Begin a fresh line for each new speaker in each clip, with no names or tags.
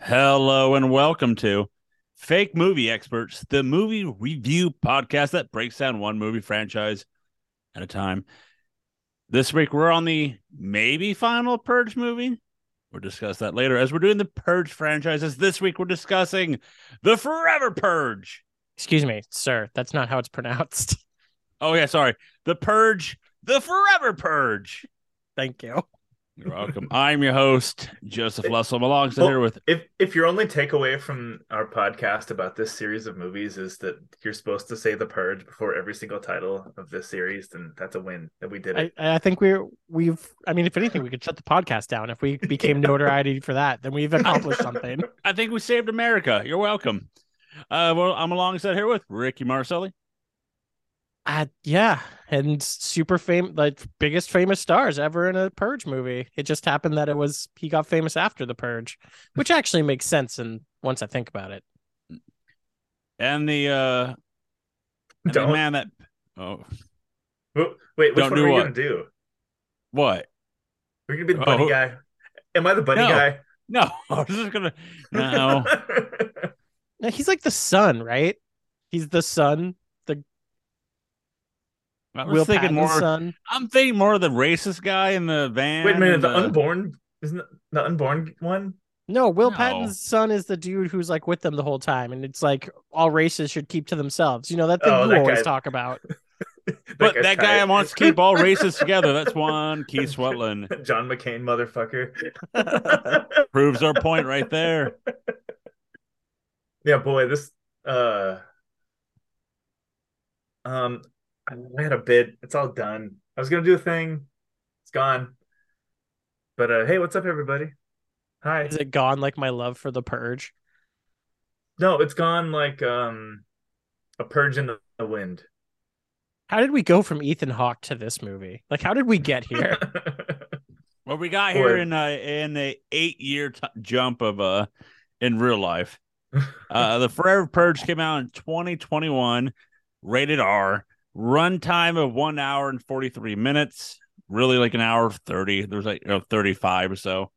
Hello and welcome to Fake Movie Experts, the movie review podcast that breaks down one movie franchise at a time. This week we're on the maybe final Purge movie. We'll discuss that later as we're doing the Purge franchises. This week we're discussing the Forever Purge.
Excuse me, sir. That's not how it's pronounced.
Oh, yeah, sorry. The Purge, the Forever Purge.
Thank you.
You're welcome. I'm your host, Joseph Lussell. I'm alongside
Well-
here with
If if your only takeaway from our podcast about this series of movies is that you're supposed to say the purge before every single title of this series, then that's a win that we did
I,
it.
I think we're we've. I mean, if anything, we could shut the podcast down if we became notoriety for that. Then we've accomplished something.
I think we saved America. You're welcome. Uh, well, I'm alongside here with Ricky Marcelli.
Uh, yeah, and super fame, like biggest famous stars ever in a Purge movie. It just happened that it was he got famous after the Purge, which actually makes sense. And once I think about it,
and the uh and the
Don't-
man that oh
Wh- Wait, which
Don't
one
do
are we
what?
gonna do?
what
We're gonna be the bunny
Oh.
guy. Am I the bunny
No.
guy?
no i was just gonna no
No, he's like the son, right? He's the son,
i was
Will
thinking
Patton's
more
son.
i'm thinking more of the racist guy in the van
Wait a minute,
and
the unborn isn't it the unborn one?
No, Will
No.
Patton's son is the dude who's like with them the whole time, and it's like all races should keep to themselves. You know that thing
Oh,
you
that
always
guy.
talk about.
but
guy's
that guy
tight.
wants to keep all races together that's one keith swetland
John McCain motherfucker.
proves our point right there
yeah, boy, this uh um I I had a bid. It's all done. I was gonna do a thing. It's gone. But uh hey, what's up everybody? Hi.
Is it gone like my love for the purge?
No, it's gone like um a purge in the the wind.
How did we go from Ethan Hawke to this movie? Like, how did we get here?
what we got here
Boy.
in a in a eight year t- jump of uh in real life Uh, the Forever Purge came out in 2021, rated R, runtime of one hour and 43 minutes, really like an hour 30. There's like you know, 35 or so.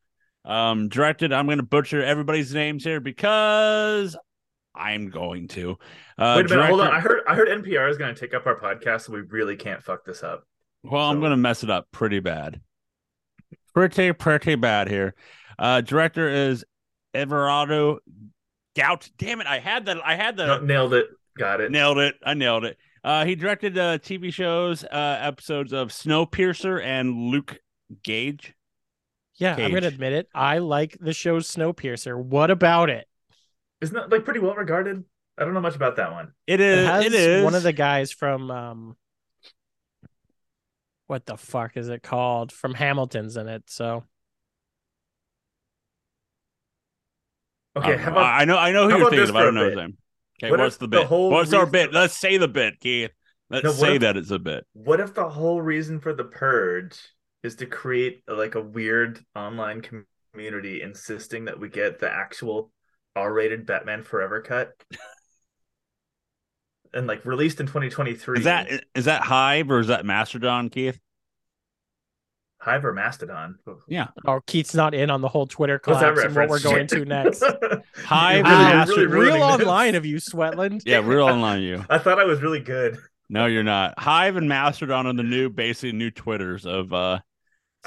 Um, directed, I'm going to butcher everybody's names here because I'm going to. Uh,
Wait a minute, hold on.
director-
I heard I heard NPR is gonna take up our podcast, so we really can't fuck this up.
Well, I'm
So-
going to mess it up pretty bad. Pretty, pretty bad here. Uh, director is Everardo Gout. Damn it. I had that. I had the.
No, nailed it. Got it.
Uh, Nailed it. I nailed it. Uh, he directed uh, TV shows, uh, episodes of Snowpiercer and Luke Gage.
yeah, I'm gonna
Cage.
admit it. I like the show Snowpiercer. What about it?
Isn't that like pretty well regarded? I don't know much about that one.
It
It
is.
has
It is
one of the guys from um, what the fuck is it called? From Hamilton's in it. So
Okay,
I,
how
how
about
Uh, I know. I know who
how
you're
about
thinking
this
of.
for
I
a
don't know his
bit?
name. Okay,
What
what's
if
the
the
bit?
whole
what's our
reason-
bit? Let's say the bit, Keith. Let's
No, what
say
if-
that it's a bit.
What if the whole reason for the purge is to create like a weird online com- community insisting that we get the actual R-rated Batman Forever cut? and like released in 2023.
Is that is that Hive or is that Mastodon, Keith?
Hive or Mastodon?
Oh, Keith's not in on the whole Twitter
What's that
collapse and what we're
reference?
going to next.
Hive and
You're really-
Wow,
Mastodon.
really ruining
real
this.
online of you, Sweatland.
yeah, we're online you.
I thought I was really good.
No, you're not. Hive and Mastodon are the new, basically new Twitters of uh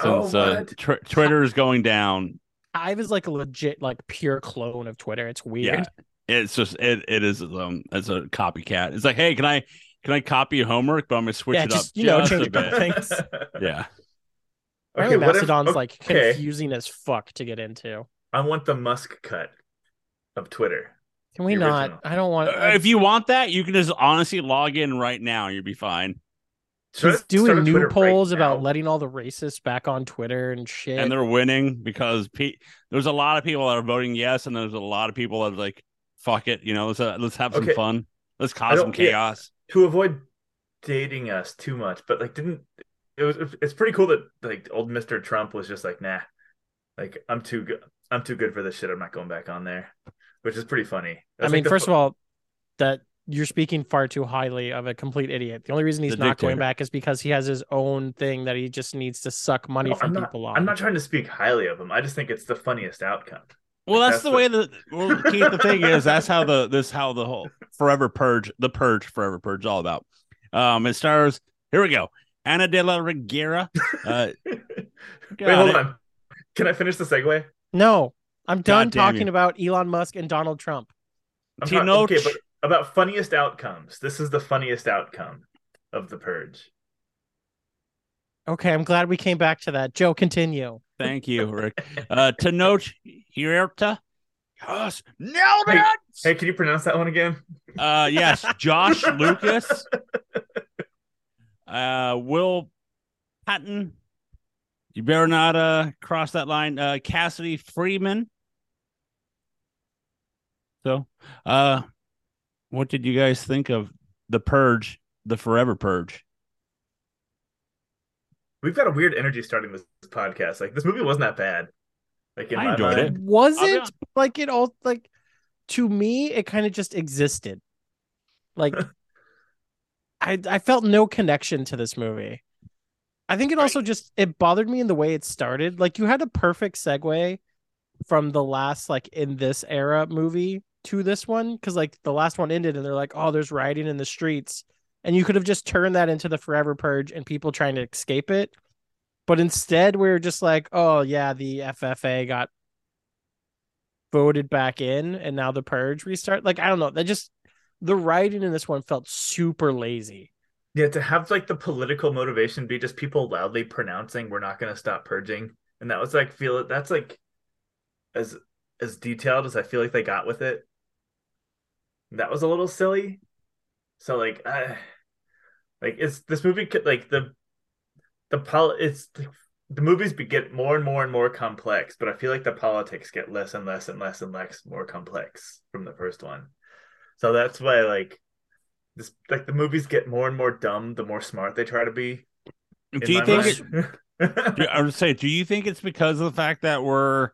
since
Oh,
uh,
what?
tw- Twitter is going down
Hive is like a legit, like pure clone of Twitter. It's weird.
Yeah, it's just it it is um as a copycat. It's like, hey, can I can I copy your homework? But I'm gonna switch
Yeah,
it
just,
up
you know,
just
change
a
it up.
bit.
Thanks.
Yeah,
Apparently
what if-
Mastodon's like
okay.
confusing as fuck to get into.
I want the Musk cut of Twitter.
Can we
The
not?
original.
I don't want.
Uh, if you want that, you can just honestly log in right now. You'll be fine,
Should I
he's
start a
doing new
Twitter right
polls about
now?
letting all the racists back on Twitter and shit.
and they're winning because pe- there's a lot of people that are voting yes, and there's a lot of people that are like, fuck it, you know, let's uh, let's have some
Okay.
fun, let's cause some
don't- yeah.
chaos.
to avoid dating us too much, but like didn't it was it's pretty cool that like old Mr. Trump was just like, nah, like I'm too good I'm too good for this shit. I'm not going back on there. Which is pretty funny.
I mean, first of all, that you're speaking far too highly of a complete idiot. The only reason he's
The
not going
dictator.
back is because he has his own thing that he just needs to suck money
No,
from
I'm not-
people on.
I'm not trying to speak highly of him. I just think it's the funniest outcome.
Well,
Like,
that's,
that's
the
the-
way that. Well, Keith, the thing is, that's how the this how the whole Forever Purge, the Purge, Forever Purge, is all about. Um, it stars. Here we go. Anna de la Reguera. Uh,
Wait, hold
it.
on. Can I finish the segue?
No, I'm done
God damn
talking
you.
about Elon Musk and Donald Trump.
I'm
Tino
not- okay,
Ch-
but about funniest outcomes. This is the funniest outcome of the purge.
Okay, I'm glad we came back to that. Joe, continue.
Thank you, Rick. Uh, Tenoch Huerta. Yes, nailed
Hey,
it.
Hey, can you pronounce that one again?
Uh, yes, Josh Lucas. Uh, Will Patton. You better not uh, cross that line. Uh, Cassidy Freeman. So, uh, what did you guys think of the Purge, the Forever Purge?
We've got a weird energy starting this podcast. Like this movie wasn't that bad. Like in
I
my
enjoyed
mind.
it. I'll be
Wasn't
honest.
like it all like to me, it kind of just existed. Like I I felt no connection to this movie. I think it also just it bothered me in the way it started. Like you had a perfect segue from the last like in this era movie to this one because like the last one ended and they're like, oh, there's rioting in the streets, and you could have just turned that into the forever purge and people trying to escape it. But instead, we are just like, oh yeah, the FFA got voted back in, and now the purge restart. Like I don't know, that just the writing in this one felt super lazy.
Yeah, to have like the political motivation be just people loudly pronouncing we're not gonna stop purging. And that was like feel it that's like as as detailed as I feel like they got with it. That was a little silly. So like I like it's this movie could like the the pol it's like, the movies be, get more and more and more complex, but I feel like the politics get less and less and less and less more complex from the first one. So that's why like this like the movies get more and more dumb the more smart they try to be.
Do you think it,
it,
do- I would say, do you think it's because of the fact that we're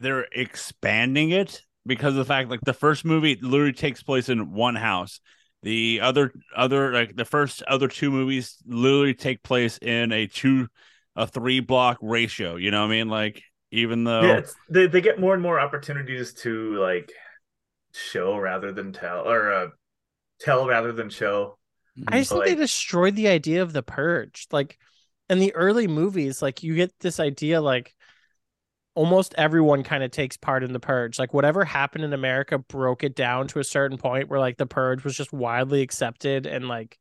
they're expanding it because of the fact like the first movie literally takes place in one house. The other other like the first other two movies literally take place in a two a three block ratio. You know what I mean? Like even though
yeah, it's, they they get more and more opportunities to like show rather than tell, or uh, tell rather than show.
I just think
Like-
they destroyed the idea of the purge. Like in the early movies, like you get this idea like almost everyone kind of takes part in the purge. Like whatever happened in America broke it down to a certain point where like the purge was just widely accepted and like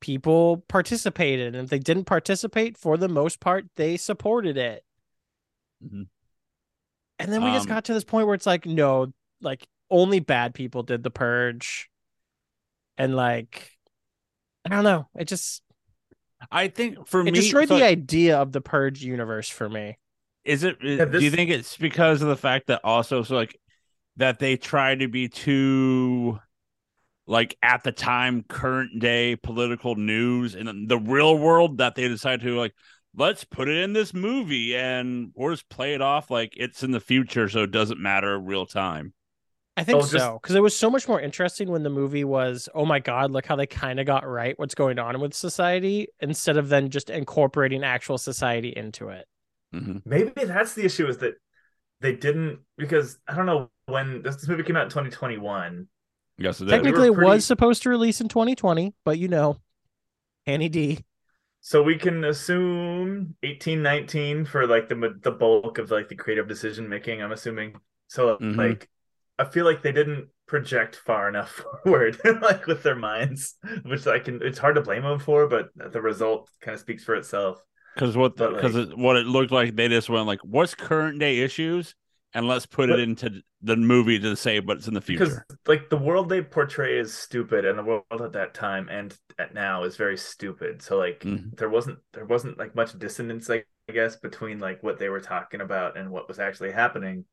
people participated. And if they didn't participate, for the most part, they supported it.
Mhm.
And then we just
Um,
got to this point where it's like, no, like only bad people did the purge. And like I don't know. It just
I think for
it
me
destroyed
so
the idea of the purge universe for me.
is it do you
this-
think it's because of the fact that also so like that they try to be too like at the time current day political news and then the real world that they decide to like let's put it in this movie and or just play it off like it's in the future so it doesn't matter real time
I think
Oh, just-
so because it was so much more interesting when the movie was, oh my god, look how they kind of got right what's going on with society instead of then just incorporating actual society into it.
Mm-hmm.
Maybe that's the issue is that they didn't because I don't know when this, this movie came out in 2021.
yes it is.
Technic-
Technically, it
pretty-
was supposed to release in 2020, but you know, Annie D.
So we can assume 18, 19 for like the ma- the bulk of like the creative decision making. I'm assuming. So
Mhm.
like, I feel like they didn't project far enough forward, like with their minds, which I can. It's hard to blame them for, but the result kind of speaks for itself.
because what
But, like-
because it what it looked like they just went like what's current day issues and let's put
But-
it into the movie to say but it's in the
because
future
like the world they portray is stupid and the world at that time and at now is very stupid so like
Mhm.
there wasn't there wasn't like much dissonance like i guess between like what they were talking about and what was actually happening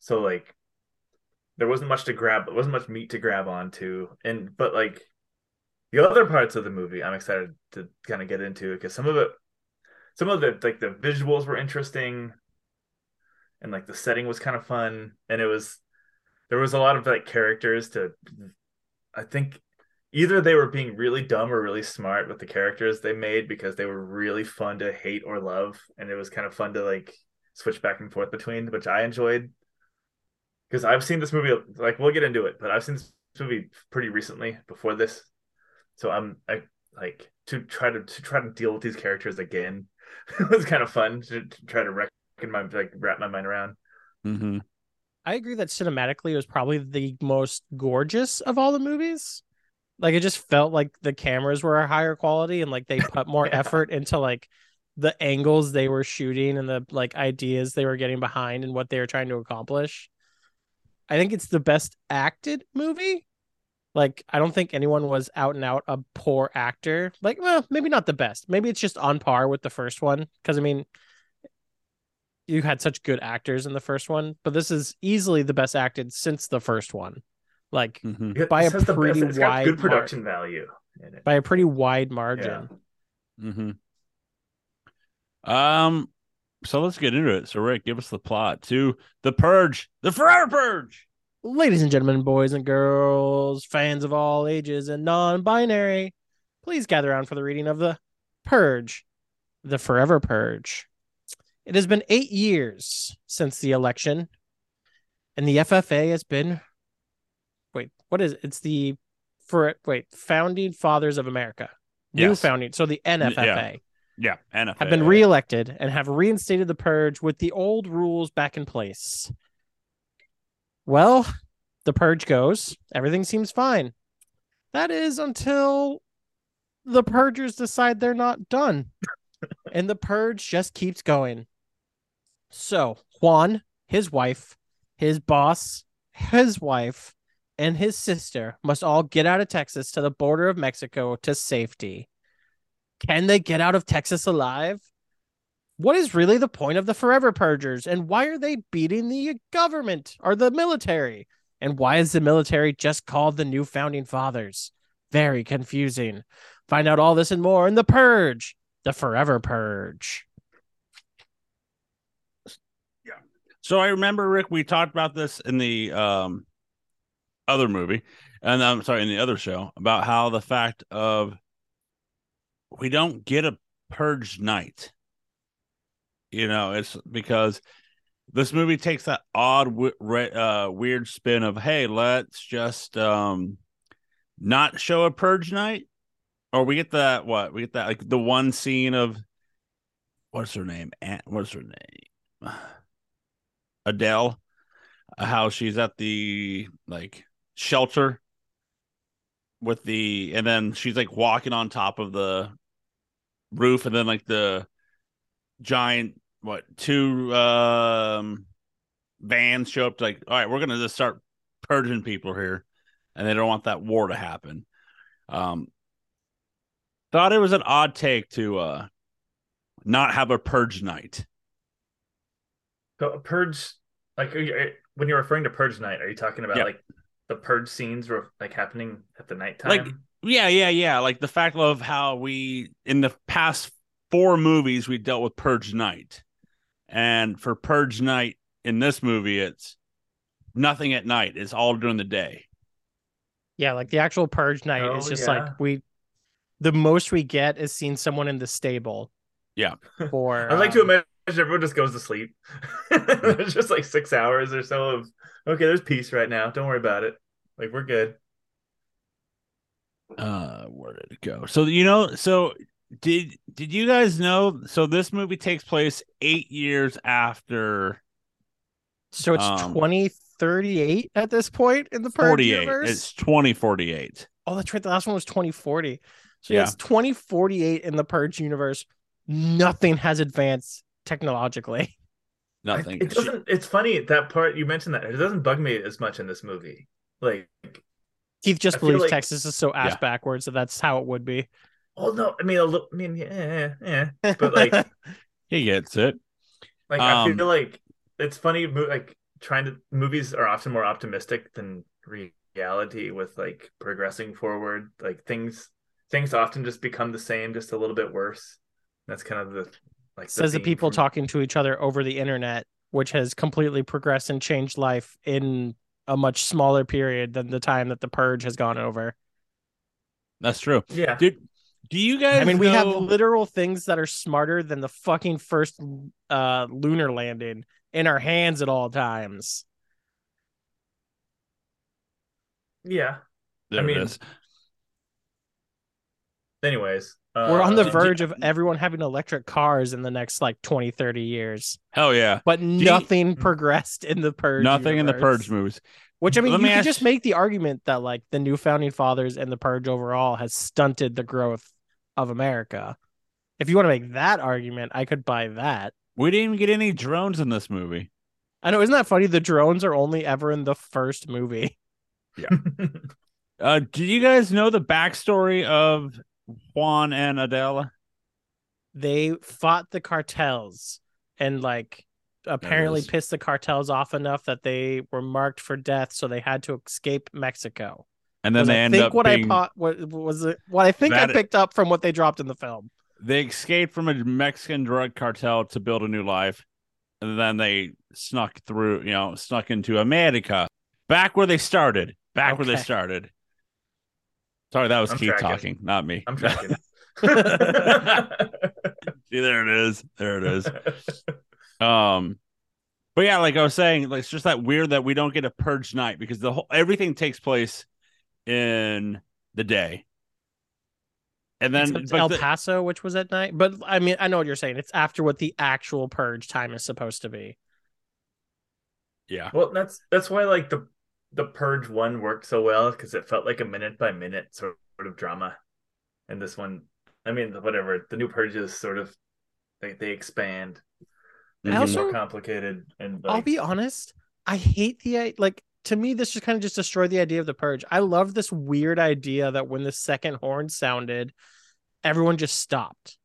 so like there wasn't much to grab there wasn't much meat to grab onto and but like the other parts of the movie i'm excited to kind of get into because some of it some of the like the visuals were interesting and like the setting was kind of fun and it was there was a lot of like characters to i think either they were being really dumb or really smart with the characters they made because they were really fun to hate or love and it was kind of fun to like switch back and forth between, which I enjoyed. Because I've seen this movie, like we'll get into it, but I've seen this movie pretty recently before this, so I'm I, like to try to, to try to deal with these characters again. it was kind of fun to, to try to reckon my like wrap my mind around.
Mm-hmm.
I agree that cinematically it was probably the most gorgeous of all the movies. Like it just felt like the cameras were a higher quality and like they put more
Yeah.
effort into like the angles they were shooting and the like ideas they were getting behind and what they were trying to accomplish. I think it's the best acted movie. Like I don't think anyone was out and out a poor actor. Like well, maybe not the best. Maybe it's just on par with the first one cuz I mean you had such good actors in the first one, but this is easily the best acted since the first one. Like
Mm-hmm.
It-
By
this
a
has the
pretty
best- it's got
wide
good production value in it.
by a pretty wide margin.
Mm-hmm. Um, so let's get into it. So Rick, give us the plot to the Purge, the Forever Purge.
Ladies and gentlemen, boys and girls, fans of all ages and non binary, please gather around for the reading of The Purge, The Forever Purge. It has been eight years since the election, and the FFA has been. Wait, what is it? It's the. For, wait, Founding Fathers of America. New
Yes.
founding. So the NFFA.
Yeah, NFL.
have been reelected and have reinstated the purge with the old rules back in place. Well, the purge goes. Everything seems fine. That is until the purgers decide they're not done. and the purge just keeps going. So, Juan, his wife, his boss, his wife, and his sister must all get out of Texas to the border of Mexico to safety. Can they get out of Texas alive? What is really the point of the Forever Purgers? And why are they beating the government or the military? And why is the military just called the New Founding Fathers? Very confusing. Find out all this and more in The Purge, The Forever Purge.
So I remember Rick, we talked about this in the um other movie, and I'm sorry, in the other show about how the fact of we don't get a purge night. You know, it's because this movie takes that odd, w- re- uh, weird spin of hey, let's just um not show a purge night, or we get that what we get that like the one scene of what's her name, Aunt, what's her name. Adele, uh, how she's at the like shelter with the, and then she's like walking on top of the roof, and then like the giant what two um vans show up to like, all right, we're gonna just start purging people here, and they don't want that war to happen. Um, thought it was an odd take to uh not have a purge night.
So a purge, like are you- are- when you're referring to purge night, are you talking about
Yeah.
like the purge scenes were like happening at the nighttime?
Like- Yeah, yeah, yeah. Like the fact of how we in the past four movies we dealt with Purge Night. And for Purge Night in this movie, it's nothing at night. It's all during the day.
Yeah, like the actual purge night is
Oh,
just
yeah.
like we the most we get is seeing someone in the stable.
Yeah.
Or
I'd like to
um,
imagine everyone just goes to sleep. There's just like six hours or so of okay, there's peace right now. Don't worry about it. Like we're good.
Uh where did it go? So you know, so did did you guys know so this movie takes place eight years after
So it's
Um,
2038 at this point in the Purge
forty eight.
universe.
It's twenty forty eight.
Oh, that's right. The last one was 2040. So yeah.
Yeah.
it's 2048 in the Purge universe. Nothing has advanced technologically.
I-
Nothing.
it doesn't. It's funny that part you mentioned that it doesn't bug me as much in this movie. Like,
Keith just
I feel
believes
like-
Texas is so ass
Yeah.
backwards that that's how it would be.
oh no, I mean, a little, I mean, yeah, yeah, but like,
he gets it.
Like I
Um,
feel like it's funny. mo- Like trying to movies are often more optimistic than reality with like progressing forward. Like things things often just become the same, just a little bit worse. That's kind of the like
Says the
theme
people
from-
talking to each other over the internet, which has completely progressed and changed life in a much smaller period than the time that the Purge has gone over.
That's true.
Yeah,
Dude, Do you guys?
I mean, we have
know-
literal things that are smarter than the fucking first uh, lunar landing in our hands at all times.
Yeah.
There
I mean,
it is.
Anyways,
We're on the
uh,
verge of everyone having electric cars in the next like 20, 30 years,
Hell yeah.
but
you-
nothing progressed in the purge.
Mm. Nothing in the
universe.
Purge movies.
Which I mean,
Let
you
me
could
ask-
just make the argument that like the new founding fathers and the purge overall has stunted the growth of America. If you want to make that argument, I could buy that.
We didn't even get any drones in this movie.
I know, isn't that funny? The drones are only ever in the first movie.
Uh, do you guys know the backstory of Juan and Adela?
They fought the cartels and like apparently
is.
pissed the cartels off enough that they were marked for death, so they had to escape Mexico.
And then
'Cause
they
I
end
think
up
what
being,
I po- what was it what I think I
That-
picked up from what they dropped in the film.
they escaped from a Mexican drug cartel to build a new life, and then they snuck through, you know, snuck into America, back where they started, back where
Okay.
they started. Sorry, that was
I'm
Keith
tracking.
talking, not me.
I'm tracking.
See, there it is. There it is. Um, but yeah, like I was saying, like it's just that weird that we don't get a purge night because the whole everything takes place in the day, and then
Except
but
El
the-
Paso, which was at night. But I mean, I know what you're saying. It's after what the actual purge time is supposed to be.
yeah,
Well, that's that's why like the the Purge one worked so well because it felt like a minute by minute sort of drama, and this one, I mean, whatever the new Purge is sort of they they expand, they
I
get
also-
more complicated, and
I'll
like,
be honest. I hate the i- like. To me, this just kind of just destroyed the idea of the purge. I love this weird idea that when the second horn sounded, everyone just stopped.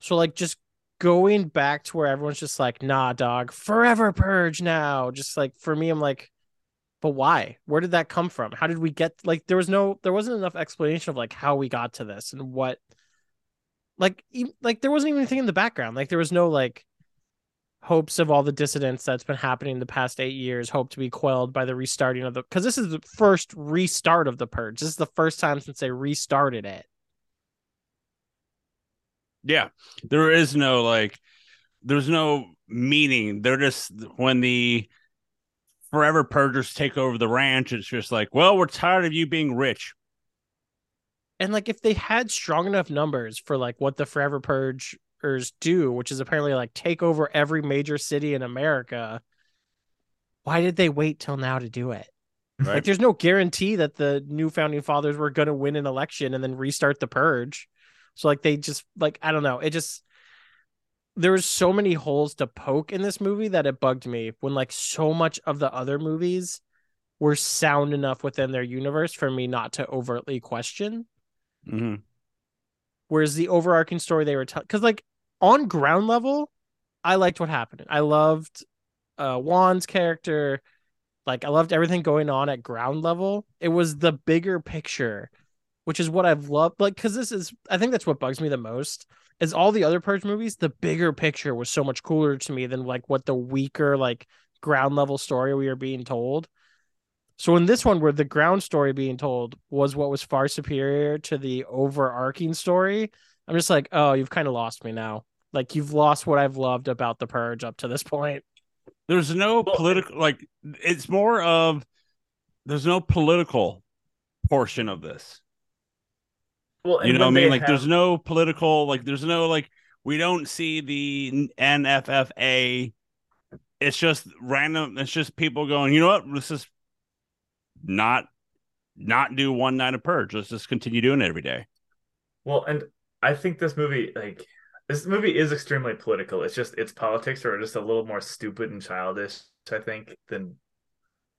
So like just going back to where everyone's just like, nah, dog, forever purge now. Just like for me, I'm like, but why? Where did that come from? How did we get like there was no there wasn't enough explanation of like how we got to this and what like e- like there wasn't even anything in the background. Like there was no like hopes of all the dissidents that's been happening the past 8 years hope to be quelled by the restarting of the cuz this is the first restart of the purge. This is the first time since they restarted it.
Yeah. There is no like there's no meaning. They're just when the forever purgers take over the ranch, it's just like, well, we're tired of you being rich.
And like if they had strong enough numbers for like what the Forever Purgers do, which is apparently like take over every major city in America, why did they wait till now to do it? Like
Right.
there's no guarantee that the new founding fathers were gonna win an election and then restart the purge. So like they just like I don't know, it just there was so many holes to poke in this movie that it bugged me when like so much of the other movies were sound enough within their universe for me not to overtly question
Mhm.
whereas the overarching story they were telling because like on ground level i liked what happened i loved uh juan's character like i loved everything going on at ground level it was the bigger picture which is what i've loved like because this is i think that's what bugs me the most is all the other purge movies the bigger picture was so much cooler to me than like what the weaker like ground level story we were being told so in this one, where the ground story being told was what was far superior to the overarching story, I'm just like, oh, you've kind of lost me now. Like you've lost what I've loved about the purge up to this point.
There's no
Well,
political like it's more of there's no political portion of this.
well, and
You know what I
when
mean?
they
Like
have-
there's no political like there's no like we don't see the NFFA. It's just random it's just people going, "You know what? Let's just not not do one night of purge. Let's just continue doing it every day."
Well, and I think this movie, like this movie, is extremely political. It's just its politics are just a little more stupid and childish, I think, than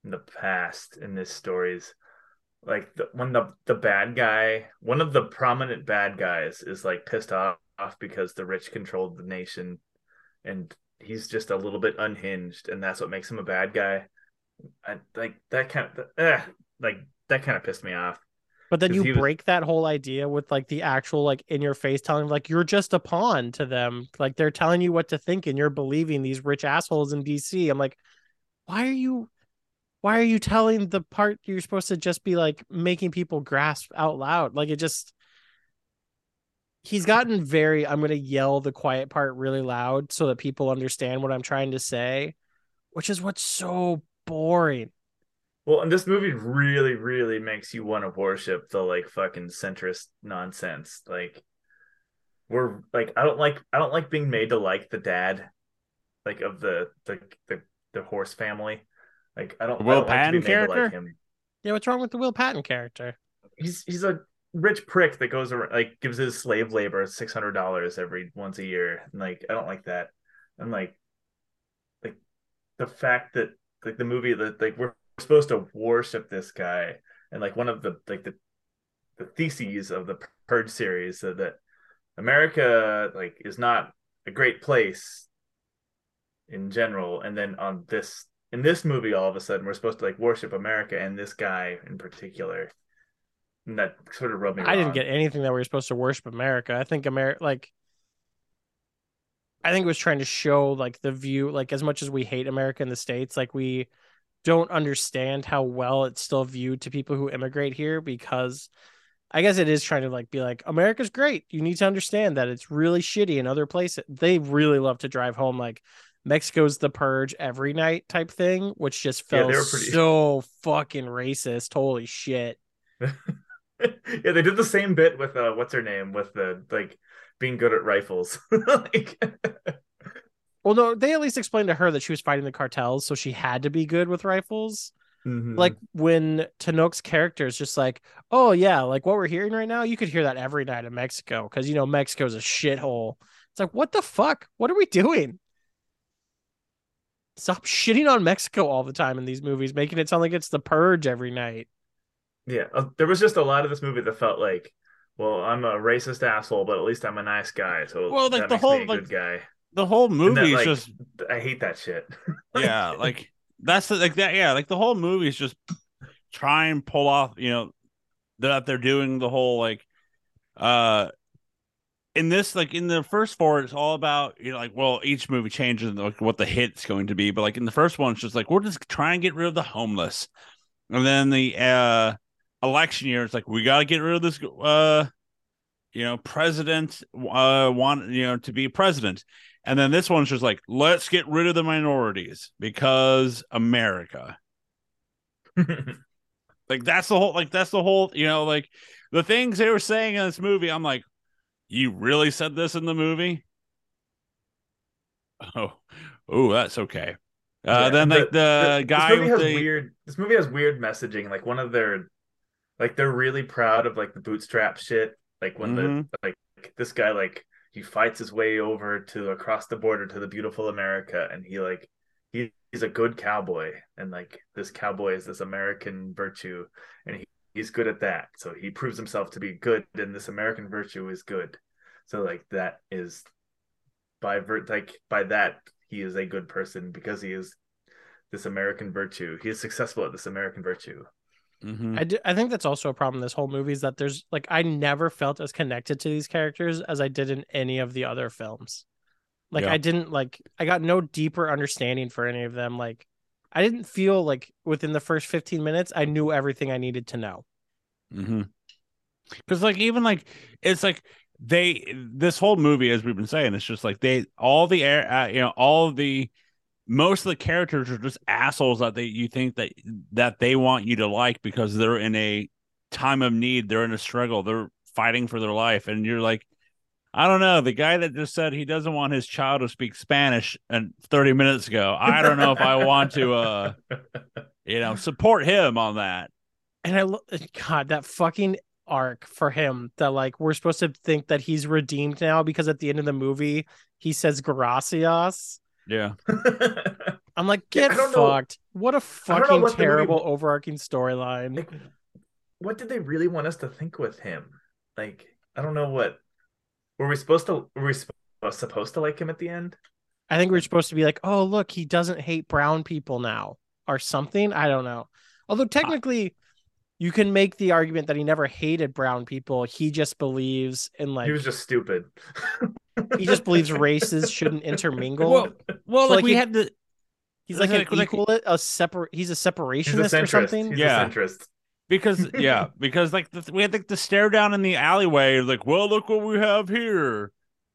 in the past in this stories. Like the, when the the bad guy, one of the prominent bad guys, is like pissed off, off because the rich controlled the nation, and he's just a little bit unhinged, and that's what makes him a bad guy. I, like that kind of, eh, like that kind of pissed me off.
But then
'Cause he
you
was-
break that whole idea with like the actual like in your face telling like you're just a pawn to them. Like they're telling you what to think and you're believing these rich assholes in DC. I'm like, why are you why are you telling the part you're supposed to just be like making people grasp out loud? Like it just he's gotten very i'm going to yell the quiet part really loud so that people understand what i'm trying to say which is what's so boring
Well, and this movie really, really makes you want to worship the like fucking centrist nonsense. Like we're like I don't like I don't like being made to like the dad, like of the the the, the horse family. Like I don't,
Will
I don't like to be
Patton
made to
character?
like him.
yeah what's wrong with the will patton character
He's he's a rich prick that goes around like gives his slave labor six hundred dollars every once a year. And, like I don't like that. And like like the fact that like the movie that like we're supposed to worship this guy and like one of the like the the theses of the purge series so that america like is not a great place in general and then on this in this movie all of a sudden we're supposed to like worship america and this guy in particular and that sort of rubbed me
i didn't
wrong.
get anything that we were supposed to worship america i think america like i think it was trying to show like the view like as much as we hate america in the states like we don't understand how well it's still viewed to people who immigrate here because I guess it is trying to like be like America's great. You need to understand that it's really shitty in other places. They really love to drive home like Mexico's the purge every night type thing, which just
Yeah,
felt
they were pretty-
so fucking racist. Holy shit.
yeah they did the same bit with uh what's her name with the like being good at rifles like
Well, no, they at least explained to her that she was fighting the cartels, so she had to be good with rifles.
Hmm.
like when Tanok's character is just like, oh yeah, like what we're hearing right now, you could hear that every night in Mexico because you know Mexico's a shithole. It's like, what the fuck? What are we doing? Stop shitting on Mexico all the time in these movies, making it sound like it's the purge every night.
Yeah, uh, there was just a lot of this movie that felt like, well, I'm a racist asshole, but at least I'm a nice guy. So
Well, like,
that
the
makes
whole,
me a
like-
good guy.
The whole movie
that,
is
like,
just
I hate that shit.
yeah, like that's the, like that. Yeah, like the whole movie is just try and pull off. You know that they're doing the whole like, uh, in this like in the first four, it's all about you know like well each movie changes like what the hit's going to be, but like in the first one, it's just like we're just trying to get rid of the homeless, and then the uh election year, it's like we got to get rid of this uh. You know, president uh want you know to be president, and then this one's just like, let's get rid of the minorities because America. Like that's the whole like that's the whole, you know, like the things they were saying in this movie, I'm like, you really said this in the movie? Oh, oh, that's okay. Uh
Yeah,
then
the-
like the,
this
guy
movie
with
has
the
weird. This movie has weird messaging. Like one of their, like they're really proud of like the bootstrap shit. Like when
Mhm.
the like this guy like he fights his way over to across the border to the beautiful America, and he like he, he's a good cowboy, and like this cowboy is this American virtue, and he, he's good at that. So he proves himself to be good, and this American virtue is good. So like that is by vir- like by that he is a good person because he is this American virtue. He is successful at this American virtue. Mm.
Mhm.
I, do, I think that's also a problem in this whole movie is that there's like I never felt as connected to these characters as I did in any of the other films. Like
Yeah.
I didn't like I got no deeper understanding for any of them. Like I didn't feel like within the first 15 minutes I knew everything I needed to know.
Mm-hmm. Because like even like it's like they this whole movie as we've been saying it's just like they all the air uh, you know all the most of the characters are just assholes that they you think that that they want you to like because they're in a time of need they're in a struggle they're fighting for their life and you're like I don't know the guy that just said he doesn't want his child to speak Spanish and 30 minutes ago I don't know if I want to uh you know support him on that
And I lo- uh, God, that fucking arc for him that like we're supposed to think that he's redeemed now because at the end of the movie he says gracias.
yeah
like,
I'm like,
Yeah, I
get
don't know-
fucked. What a
know
fucking
what the movie-
terrible overarching storyline.
what did they really want us to think with him? Like, I don't know what were we supposed to were we sp- supposed to like him at the end?
I think we we're supposed to be like, oh, look, he doesn't hate brown people now or something. I don't know. Although
Ah.
technically, you can make the argument that he never hated brown people. He just believes in like
he was just stupid.
he just believes races shouldn't intermingle.
Well, well,
So,
like,
like,
we
it-
had the
he's like,
like-
an
like-
equal, a separate. He's a
He's a
separationist or
centrist.
something.
He's
Yeah.
a centrist.
because yeah, because like the, we had like the stare down in the alleyway. Like, well, look what we have here: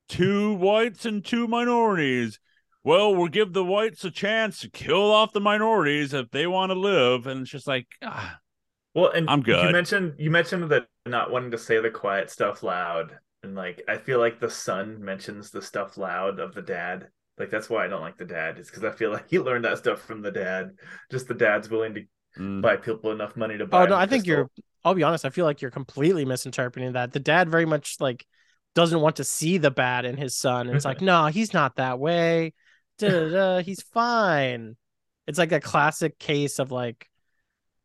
two whites and two minorities. Well, we'll give the whites a chance to kill off the minorities if they want to live. And it's just like, ah,
Well, and
I'm good.
You mentioned you mentioned that not wanting to say the quiet stuff loud, and like I feel like the son mentions the stuff loud of the dad. Like that's why I don't like the dad. It's because I feel like he learned that stuff from the dad. Just the dad's willing to
mm.
buy people enough money to buy.
Oh no,
him a
I think
pistol.
you're. I'll be honest. I feel like you're completely misinterpreting that. The dad very much like doesn't want to see the bad in his son. And it's like, no, he's not that way. Da, da, da, he's fine. It's like a classic case of like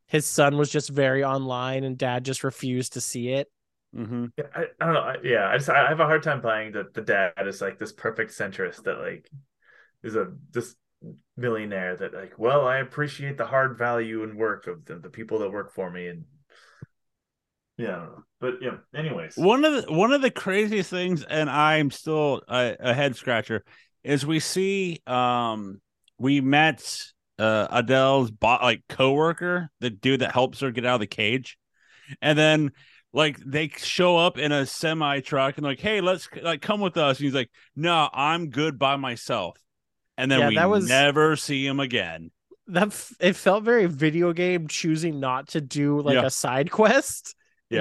his son was just very online, and dad just refused to see it.
hmm
Yeah, I, I don't know. I, yeah, I just I have a hard time buying that the dad is like this perfect centrist that like is a this millionaire that like well I appreciate the hard value and work of the, the people that work for me and yeah I don't know. but yeah anyways
One of the one of the craziest things, and I'm still a, a head scratcher, is we see um we met uh Adele's bo- like coworker, the dude that helps her get out of the cage, and then like they show up in a semi truck and like, hey, let's like come with us. And he's like, no, I'm good by myself. And then
Yeah,
we
that was-
never see him again.
That f- it felt very video game choosing not to do like
Yeah.
a side
Yeah.
quest.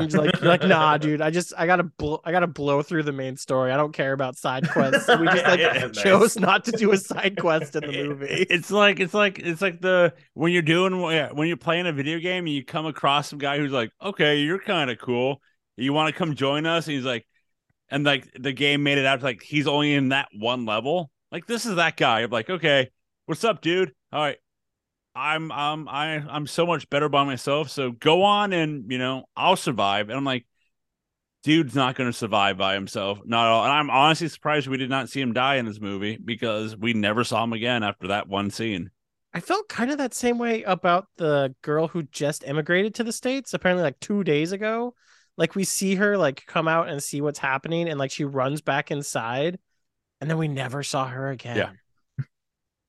Yeah. like you're like nah, dude. I just I gotta blow I gotta blow through the main story. I don't care about side quests. So we just like
Yeah, nice.
chose not to do a side quest in the movie.
It's like it's like it's like the when you're doing yeah, when you're playing a video game and you come across some guy who's like, okay, you're kind of cool. You want to come join us? And he's like, and like the game made it out to like he's only in that one level. Like this is that guy. I'm like, okay, what's up, dude? All right, I'm I'm I I'm so much better by myself. So go on and you know I'll survive. And I'm like, dude's not going to survive by himself. Not at all. And I'm honestly surprised we did not see him die in this movie because we never saw him again after that one scene.
I felt kind of that same way about the girl who just immigrated to the states. Apparently, like two days ago, like we see her like come out and see what's happening, and like she runs back inside, and then we never saw her again.
Yeah.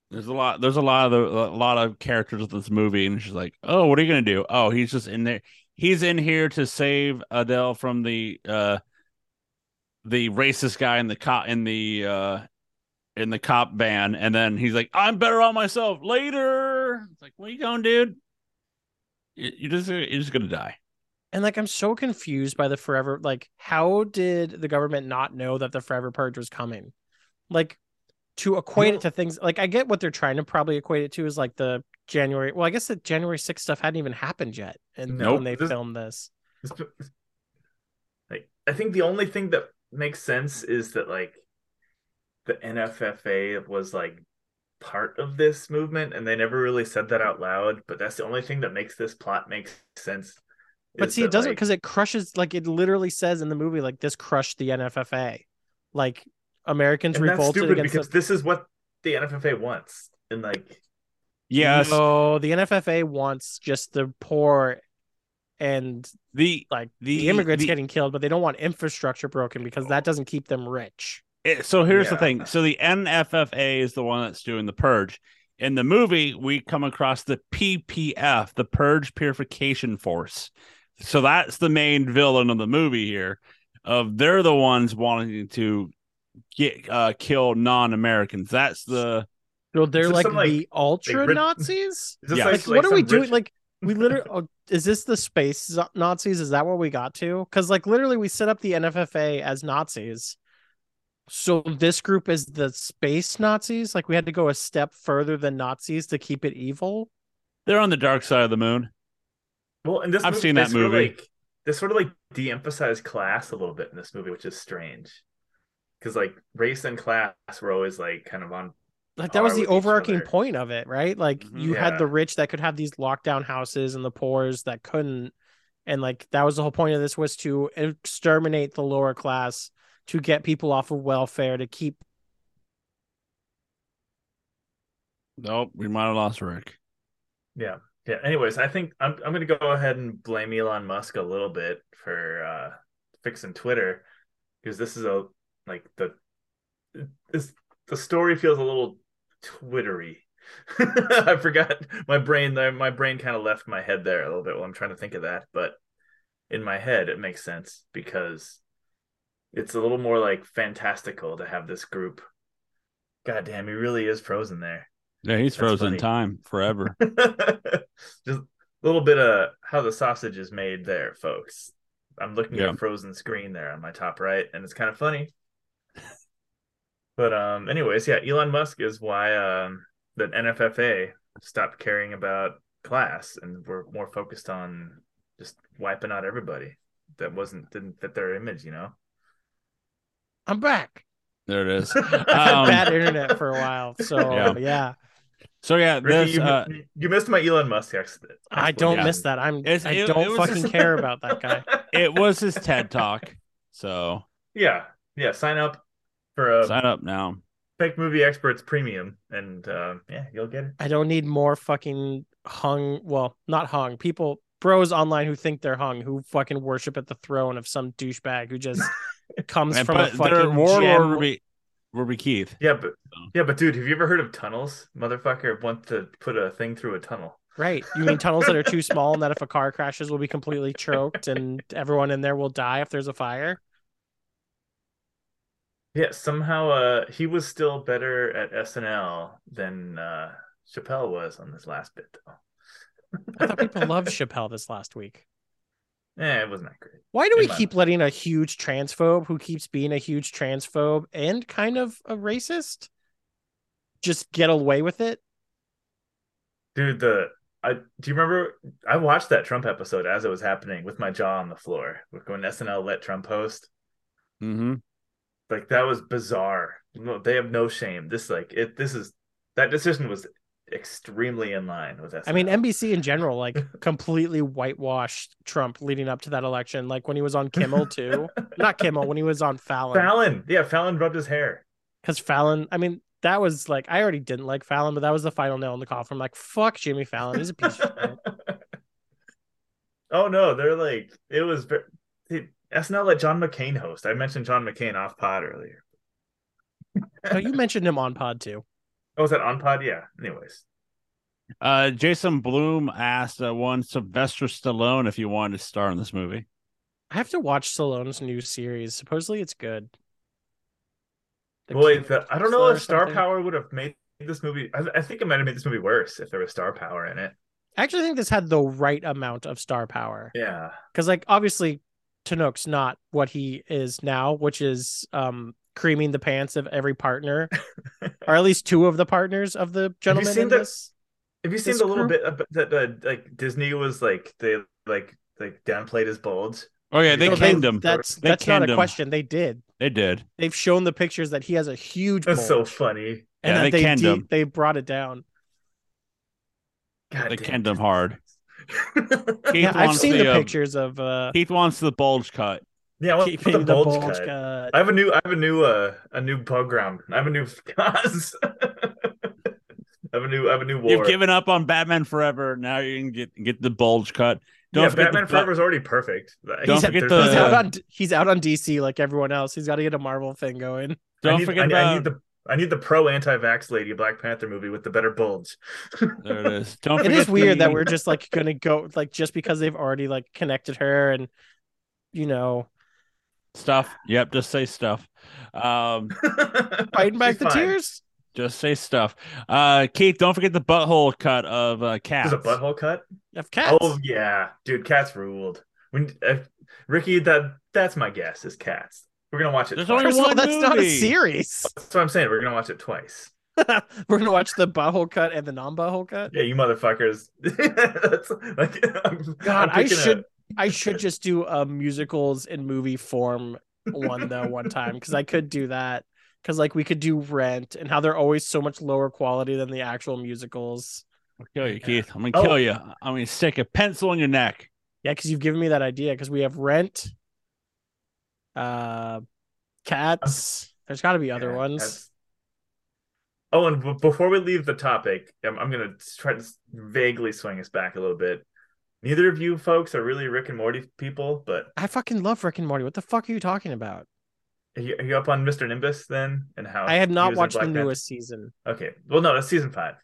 There's a lot. There's a lot of the, a lot of characters of this movie, and she's like, "Oh, what are you gonna do? Oh, he's just in there. He's in here to save Adele from the uh the racist guy in the cop in the uh in the cop van, and then he's like, "I'm better on myself later." It's like, "Where you going, dude? You- You're just you're just gonna die."
And like I'm so confused by the forever like how did the government not know that the forever purge was coming? Like to equate it to things like I get what they're trying to probably equate it to is like the January well I guess the January 6th stuff hadn't even happened yet and
Nope.
when they
This-
filmed this.
It's- like I think the only thing that makes sense is that like the NFFA was like part of this movement and they never really said that out loud but that's the only thing that makes this plot make sense
But
is
see it
that,
doesn't
like,
because it crushes like it literally says in the movie like this crushed the NFFA. Like Americans
and that's
revolted
stupid
against
because
the
this is what the NFFA wants and like
Yes,
No, Oh, the NFFA wants just the poor and
the
like
the,
the immigrants
the-
getting killed, but they don't want infrastructure broken because that doesn't keep them rich.
It, eh, so here's the
Yeah.
thing. So the NFFA is the one that's doing the purge. In the movie, we come across the PPF, the Purge Purification Force. So that's the main villain of the movie here. Of they're the ones wanting to get uh, kill non-Americans. That's the
Well, they're
this
like
some, like,
the ultra
rid-
Nazis.
is this
Yeah.
Like,
like,
what are
some
we doing?
rich-
Like, we literally oh, is this the space zo- Nazis? Is that what we got to? Because like literally, we set up the NFFA as Nazis. So this group is the space Nazis. Like we had to go a step further than Nazis to keep it evil.
they're on the dark side of the moon.
well and this
I've
movie-
seen
they
that
sort of,
movie.
like, they sort of like de-emphasize class a little bit in this movie which is strange because like race and class were always like kind of on
like that
are
was the
with each
overarching
other. Mm-hmm.
point of it, right? Like
Mhm.
you had the
Yeah.
rich that could have these lockdown houses and the poor's that couldn't. And like that was the whole point of this was to exterminate the lower class to get people off of welfare to keep
Nope, we might have lost Rick.
Yeah. Anyways, I think I'm I'm gonna go ahead and blame Elon Musk a little bit for uh, fixing Twitter because this is a like the this the story feels a little twittery I forgot my brain. My brain kind of left my head there a little bit while I'm trying to think of that, but in my head it makes sense because it's a little more like fantastical to have this group. God damn, he really is frozen there.
Yeah, he's
That's
frozen
funny.
time forever.
Just a little bit of how the sausage is made there, folks. I'm looking
Yeah.
at a frozen screen there on my top right, and it's kind of funny. but um, anyways, yeah, Elon Musk is why um the NFFA stopped caring about class and were more focused on just wiping out everybody that wasn't didn't fit their image, you know.
I'm back.
there it is. Um,
Bad internet for a while. So
Yeah.
yeah,
So yeah,
Ricky,
this
you,
uh,
you missed my Elon Musk ex-
I don't
Yeah.
miss that. I'm
It's-
I
it-
don't
it was
fucking
just-
care about that guy.
it was his TED talk. So
Yeah, yeah. Sign up for a
sign up now.
fake movie experts premium, and uh, yeah, you'll get it.
I don't need more fucking hung. Well, not hung. People, bros online who think they're hung, who fucking worship at the throne of some douchebag who just comes
And,
from a
but their
fucking
warlord
gen-
will be, will be Keith.
Yeah, but
So.
yeah, but dude, have you ever heard of tunnels? Motherfucker wants to put a thing through a tunnel.
Right. You mean tunnels that are too small and that if a car crashes, will be completely choked and everyone in there will die if there's a fire?
Yeah, somehow uh, he was still better at SNL than uh, Chappelle was on this last bit, though.
I thought people loved Chappelle this last week.
Yeah, it wasn't that great.
Why do we
In my
keep letting a huge transphobe who keeps being a huge transphobe and kind of a racist just get away with it?
Dude, the I do you remember I watched that Trump episode as it was happening with my jaw on the floor. When SNL let Trump host,
Mm-hmm.
like that was bizarre. No, they have no shame. This like it. This is that decision was extremely in line with SNL.
I mean, NBC in general, like completely whitewashed Trump leading up to that election. Like when he was on Kimmel, too. Not Kimmel, when he was on Fallon.
Fallon. Yeah, Fallon rubbed his hair.
Because Fallon, I mean, that was like, I already didn't like Fallon, but that was the final nail in the coffin. I'm like, fuck Jimmy Fallon. He's a piece of shit.
Oh no, they're like it was. ver- Dude, SNL let John McCain host. I mentioned John McCain off pod earlier.
No, you mentioned him on pod, too.
Oh, was that on pod? Yeah. Anyways,
Uh, Jason Bloom asked uh, one Sylvester Stallone if he wanted to star in this movie.
I have to watch Stallone's new series. Supposedly it's good. The
boy,
King
the, I don't
Killer
know
or
if star
something.
power would have made this movie. I, I think it might have made this movie worse if there was star power in it.
I actually think this had the right amount of star power.
Yeah.
because like obviously Tanook's not what he is now, which is um creaming the pants of every partner, or at least two of the partners of the gentleman.
seen
in
the-
this.
Have you seen
This
the little
crew-
bit ab- that uh, like Disney was like they like like downplayed his bulge?
Oh yeah, they
No, they-
canned him.
That's
They
that's not
canned
a
him.
question. They did.
They did.
They've shown the pictures that he has a huge
That's so
bulge,
funny.
and
Yeah,
that
they
they
canned
de-
him.
they brought it down.
God
They
damn.
canned him hard. Keith
Yeah, I've
wants
seen the, um,
uh,
pictures of uh,
Keith wants the bulge cut.
yeah, I want
keeping
the bulge, cut.
cut.
I have a new, I have a new, uh, a new program. I have a new cause. I have a new, I have a new war.
You've given up on Batman Forever. Now you can get get the bulge cut. Don't
yeah,
forget
Batman
the, bu-
Forever is already perfect.
Don't
He's-
forget
there's
the-
He's
no-
out on he's out on DC like everyone else. He's got to get a Marvel thing going.
I
Don't
need,
forget
I,
about
I need the, I need the pro anti-vax lady Black Panther movie with the better bulge.
There it is. Don't
it is
forget
weird that
the-
we're just like gonna go like just because they've already like connected her and you know
stuff. Yep, just say stuff. Um,
fighting back
She's
the
fine.
tears
just say stuff. Uh, Keith, don't forget the butthole cut of uh, cats.
There's a butthole cut.
of cats.
Oh yeah, dude, cats ruled. When uh, Ricky, that that's my guess is cats. We're gonna watch it.
There's
Twice.
only
First of all,
one
that's not a
movie.
series.
That's what I'm saying. We're gonna watch it twice.
We're gonna watch the butthole cut and the non-butthole cut.
Yeah, you motherfuckers. that's like I'm,
God,
I'm
I
picking a-
should I should just do a musicals in movie form one though one time because I could do that because like we could do Rent and how they're always so much lower quality than the actual musicals.
I'll kill you, Keith. I'm gonna
Oh.
kill you. I'm gonna stick a pencil in your neck.
Yeah, because you've given me that idea. Because we have Rent, uh, Cats. There's got to be other
yeah,
ones.
that's- Oh, and b- before we leave the topic, I'm, I'm gonna try to s- vaguely swing us back a little bit. Neither of you folks are really Rick and Morty people, but
I fucking love Rick and Morty. What the fuck are you talking about?
are you, are you up on Mr. Nimbus then? And how
I have
Oh, he
not
was in
watched the
Black Panther?
newest season.
Okay, well, no, that's season five.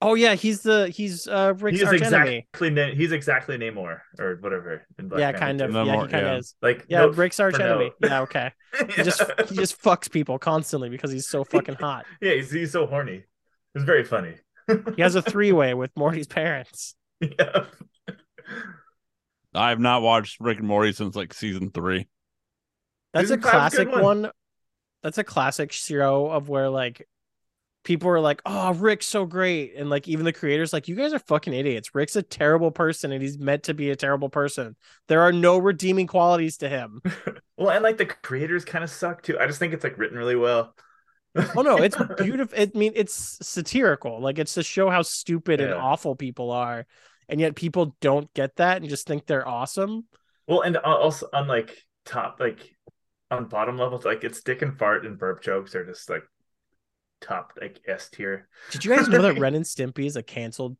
Oh yeah, he's the he's uh Rick's
he's
archenemy.
exactly Na- he's exactly Namor or whatever. In Black
yeah,
Panther
kind of.
too.
No
yeah,
more,
he kind of
yeah.
is.
Like
Yeah,
nope.
Rick's arch enemy.
no.
Yeah, okay. He just he just fucks people constantly because he's so fucking hot.
yeah, he's, he's so horny. It's very funny.
He has a three way with Morty's parents.
yeah.
I have not watched Rick and Morty since like season three.
That's
Season
a
five's a good
classic one. That's a classic show of where like people are like, "Oh, Rick's so great," and like even the creators like, "You guys are fucking idiots. Rick's a terrible person, and he's meant to be a terrible person. There are no redeeming qualities to him."
Well, and like the creators kind of suck too. I just think it's like written really well.
Oh no, it's beautiful. I mean, it's satirical. Like it's to show how stupid and
Yeah.
awful people are, and yet people don't get that and just think they're awesome.
Well, and al- also on like top, like on bottom levels, like it's dick and fart and burp jokes are just like top like S tier.
Did you guys know that Ren and Stimpy is a canceled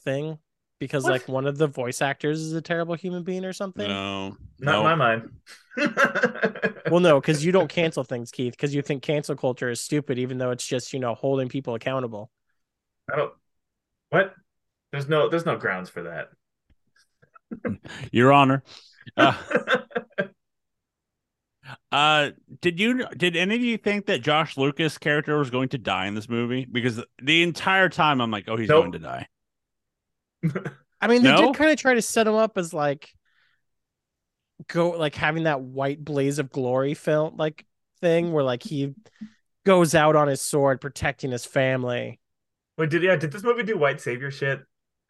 thing because
What?
like one of the voice actors is a terrible human being or something?
No,
Not
no.
in my mind.
Well, no, because you don't cancel things, Keith, because you think cancel culture is stupid, even though it's just you know holding people accountable.
I don't. What? There's no. There's no grounds for that.
Your Honor. Uh, uh, did you did any of you think that Josh Lucas character was going to die in this movie? Because the entire time I'm like, oh, he's
Nope.
going to die.
I mean, they
No?
did kind of try to set him up as like go like having that white blaze of glory film like thing where like he goes out on his sword protecting his family.
Wait, did yeah? Did this movie do white savior shit?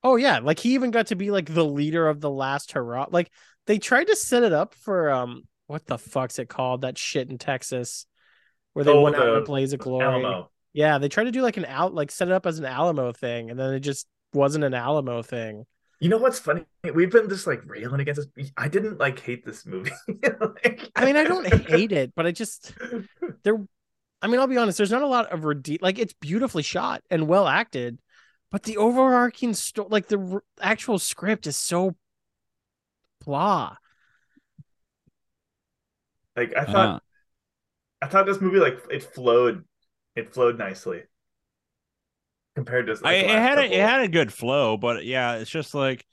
Oh yeah, like he even got to be like the leader of the last hurrah. Like they tried to set it up for um what the fuck's it called that shit in Texas where they
Oh,
went out in
the
a blaze of glory.
Alamo.
Yeah, they tried to do like an out like set it up as an Alamo thing and then it just wasn't an Alamo thing.
You know what's funny? We've been just like railing against this. I didn't like hate this movie. Like-
I mean, I don't hate it, but I just there. I mean, I'll be honest. There's not a lot of redeem. Like it's beautifully shot and well acted, but the overarching story, like the r- actual script, is so blah.
Like I thought,
Uh,
I thought this movie like it flowed, it flowed nicely compared to. Like,
I,
the
it
last
had a, it
couple.
had a good flow, but yeah, it's just like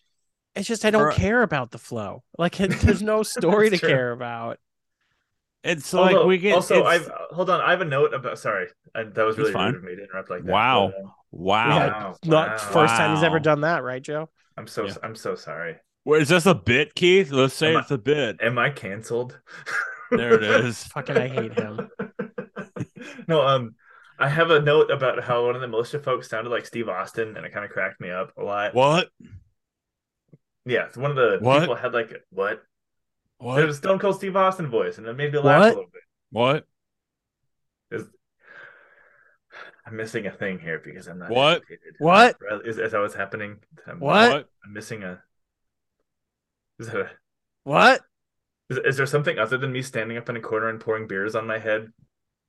It's just I don't
Or-
care about the flow. Like it, there's no story to
That's true.
care about.
it's like
Although-
we get
also,
it's-
I've hold on. I have a note about. Sorry, I, that was
It's
really
fine.
rude of me to interrupt like that.
Wow.
but, um,
wow.
Yeah. Not
wow.
first time he's ever
Wow.
done that, right, Joe?
I'm so
Yeah.
I'm so sorry.
Where is this a bit, Keith? Let's say
Am I-
it's a bit.
Am I canceled?
There it is.
Fucking, I hate him.
no, um, I have a note about how one of the militia folks sounded like Steve Austin, and it kind of cracked me up a lot.
What?
yeah, it's one of the
What?
people had like what? It
What?
was Stone Cold Steve Austin voice, and it made me laugh
What?
a little bit.
What?
I'm missing a thing here because I'm not
What?
educated.
What?
Is, is that what's happening? I'm,
What?
I'm missing a. Is that a?
What?
Is, is there something other than me standing up in a corner and pouring beers on my head?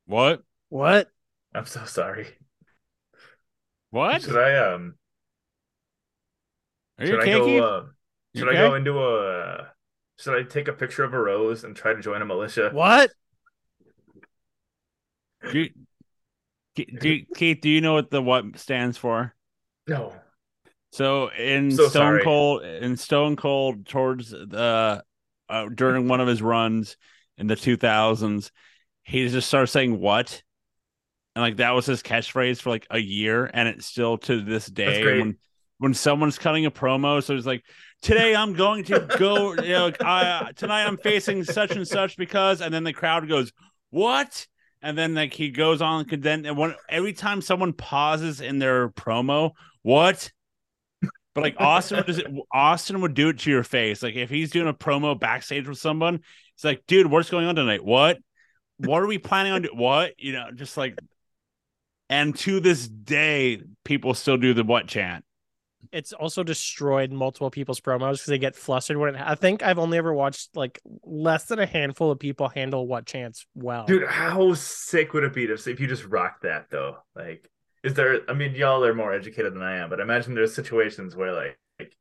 What?
What?
I'm so sorry.
What?
Should I um?
Are you
Should I
okay,
go?
Keith?
Uh,
You
should I
okay?
go into a? Should I take a picture of a rose and try to join a militia?
What?
Do you,
uh,
Ke- do you- Keith, do you know what the what stands for?
No.
So in
So
Stone
sorry.
Cold, in Stone Cold, towards the uh, during one of his runs in the two thousands, he just starts saying "what," and like that was his catchphrase for like a year, and it's still to this day
great.
when when someone's cutting a promo, so it's like. Today I'm going to go. You know, I, tonight I'm facing such and such because, and then the crowd goes, "What?" and then like he goes on and then and when every time someone pauses in their promo, what? But like Austin would just Austin would do it to your face. Like if he's doing a promo backstage with someone, it's like, dude, what's going on tonight? What? What are we planning on? Do- what? You know, just like. And to this day, people still do the what chant.
it's also destroyed multiple people's promos because they get flustered when it, I think I've only ever watched like less than a handful of people handle what chance well.
Dude, how sick would it be if, if you just rocked that though? Like, is there? I mean, y'all are more educated than I am, but I imagine there's situations where like, like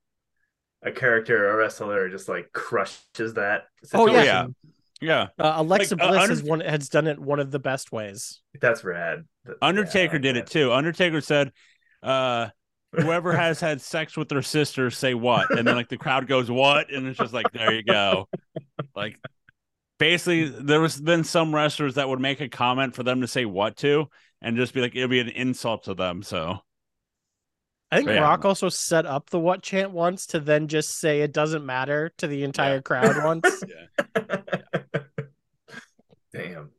a character or a wrestler just like crushes that.
Oh, yeah.
situation.
Yeah,
Uh, Alexa
Like, uh,
Bliss
Under-
is one has done it one of the best ways.
that's rad. Th- yeah, I
Undertaker
like
did
that.
it too. Undertaker said, uh whoever has had sex with their sister say what and then like the crowd goes what and it's just like there you go like basically there was been some wrestlers that would make a comment for them to say what to and just be like it'd be an insult to them so
I think
Yeah.
Rock also set up the what chant once to then just say it doesn't matter to the entire
Yeah.
crowd once.
Damn.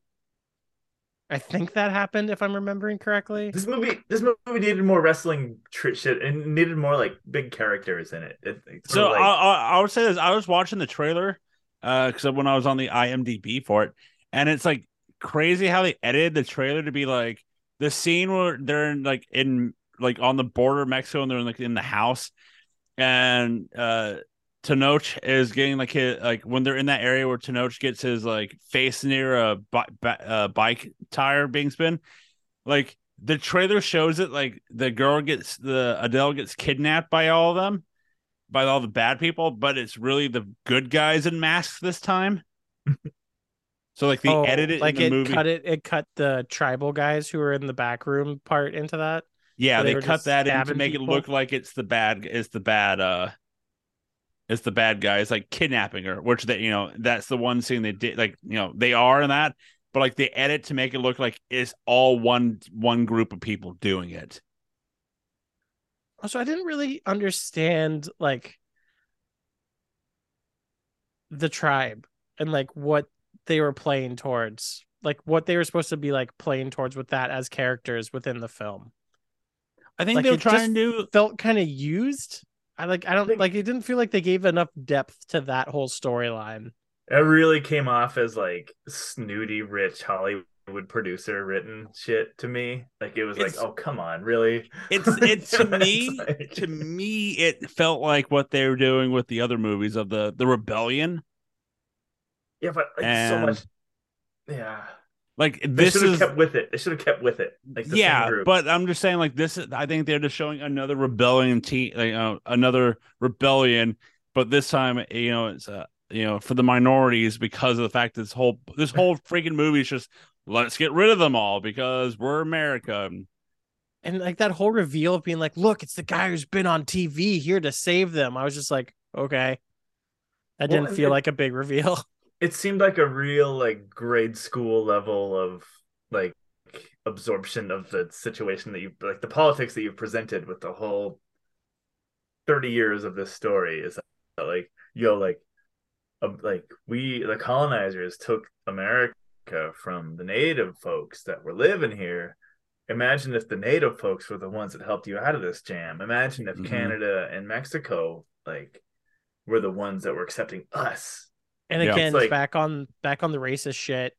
I think that happened if I'm remembering correctly.
This movie, this movie needed more wrestling tr- shit and it needed more like big characters in it. It- it's
so uh,
sort of
I,
like,
I I would say this I was watching the trailer uh because when I was on the IMDb for it and it's like crazy how they edited the trailer to be like the scene where they're in, like in like on the border of Mexico and they're in, like in the house and uh Tenoch is getting like his like when they're in that area where Tenoch gets his like face near a bi- ba- uh, bike tire being spin like the trailer shows it like the girl gets the Adele gets kidnapped by all of them by all the bad people, but it's really the good guys in masks this time. so like they
Oh,
edited
like
in the
it
movie.
cut it it cut the tribal guys who were in the back room part into that.
yeah,
where
they,
they were
cut
just
that in to
stabbing
make it
people.
look like it's the bad it's the bad uh it's the bad guys like kidnapping her, which they you know, that's the one scene they did like, you know, they are in that, but like they edit to make it look like it's all one one group of people doing it.
Also, I didn't really understand like the tribe and like what they were playing towards. Like what they were supposed to be like playing towards with that as characters within the film.
I think
Like,
they were
it just
trying to do
Felt kind of used. I like I don't
Think-
like it didn't feel like they gave enough depth to that whole storyline.
it really came off as like snooty, rich Hollywood producer written shit to me. Like it was
It's-
like, oh come on, really?
it's it to
It's
me
like-
to me it felt like what they were doing with the other movies of the the rebellion
Yeah, but like
And-
so much. Yeah,
like
they
this
should have
is
kept with it. They should have kept with it. Like the
yeah
same group.
but i'm just saying like this is i think they're just showing another rebellion team like, uh, another rebellion but this time you know it's uh, you know for the minorities because of the fact this whole this whole freaking movie is just let's get rid of them all because we're america
and like that whole reveal of being like, look, it's the guy who's been on TV here to save them. I was just like, okay, that
Well,
didn't
and
feel
it-
like a big reveal.
it seemed like a real like grade school level of like absorption of the situation that you like the politics that you've presented with the whole 30 years of this story is that, like yo like um, like we the colonizers took america from the native folks that were living here imagine if the native folks were the ones that helped you out of this jam imagine if
Mhm.
canada and mexico like were the ones that were accepting us
And
Yeah.
again,
It's like-
back on back on the racist shit.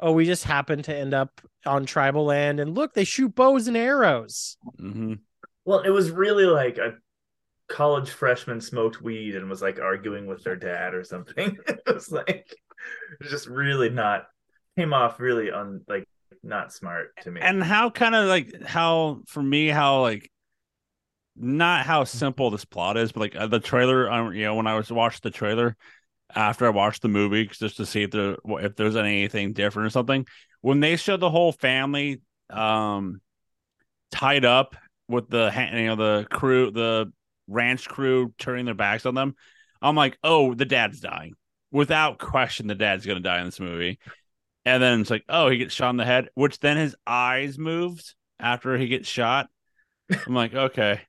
Oh, we just happened to end up on tribal land, and look, they shoot bows and arrows.
hmm
Well, it was really like a college freshman smoked weed and was like arguing with their dad or something. it was like it was just really not came off really un like not smart to me.
and how kind of like how for me how like not how simple this plot is but like uh, the trailer um, you know when i was watched the trailer after i watched the movie 'cause just to see if there if there's anything different or something when they showed the whole family um tied up with the ha- you know the crew the ranch crew turning their backs on them i'm like oh the dad's dying without question the dad's gonna die in this movie and then it's like, oh, he gets shot in the head, which then his eyes moved after he gets shot. I'm like, okay,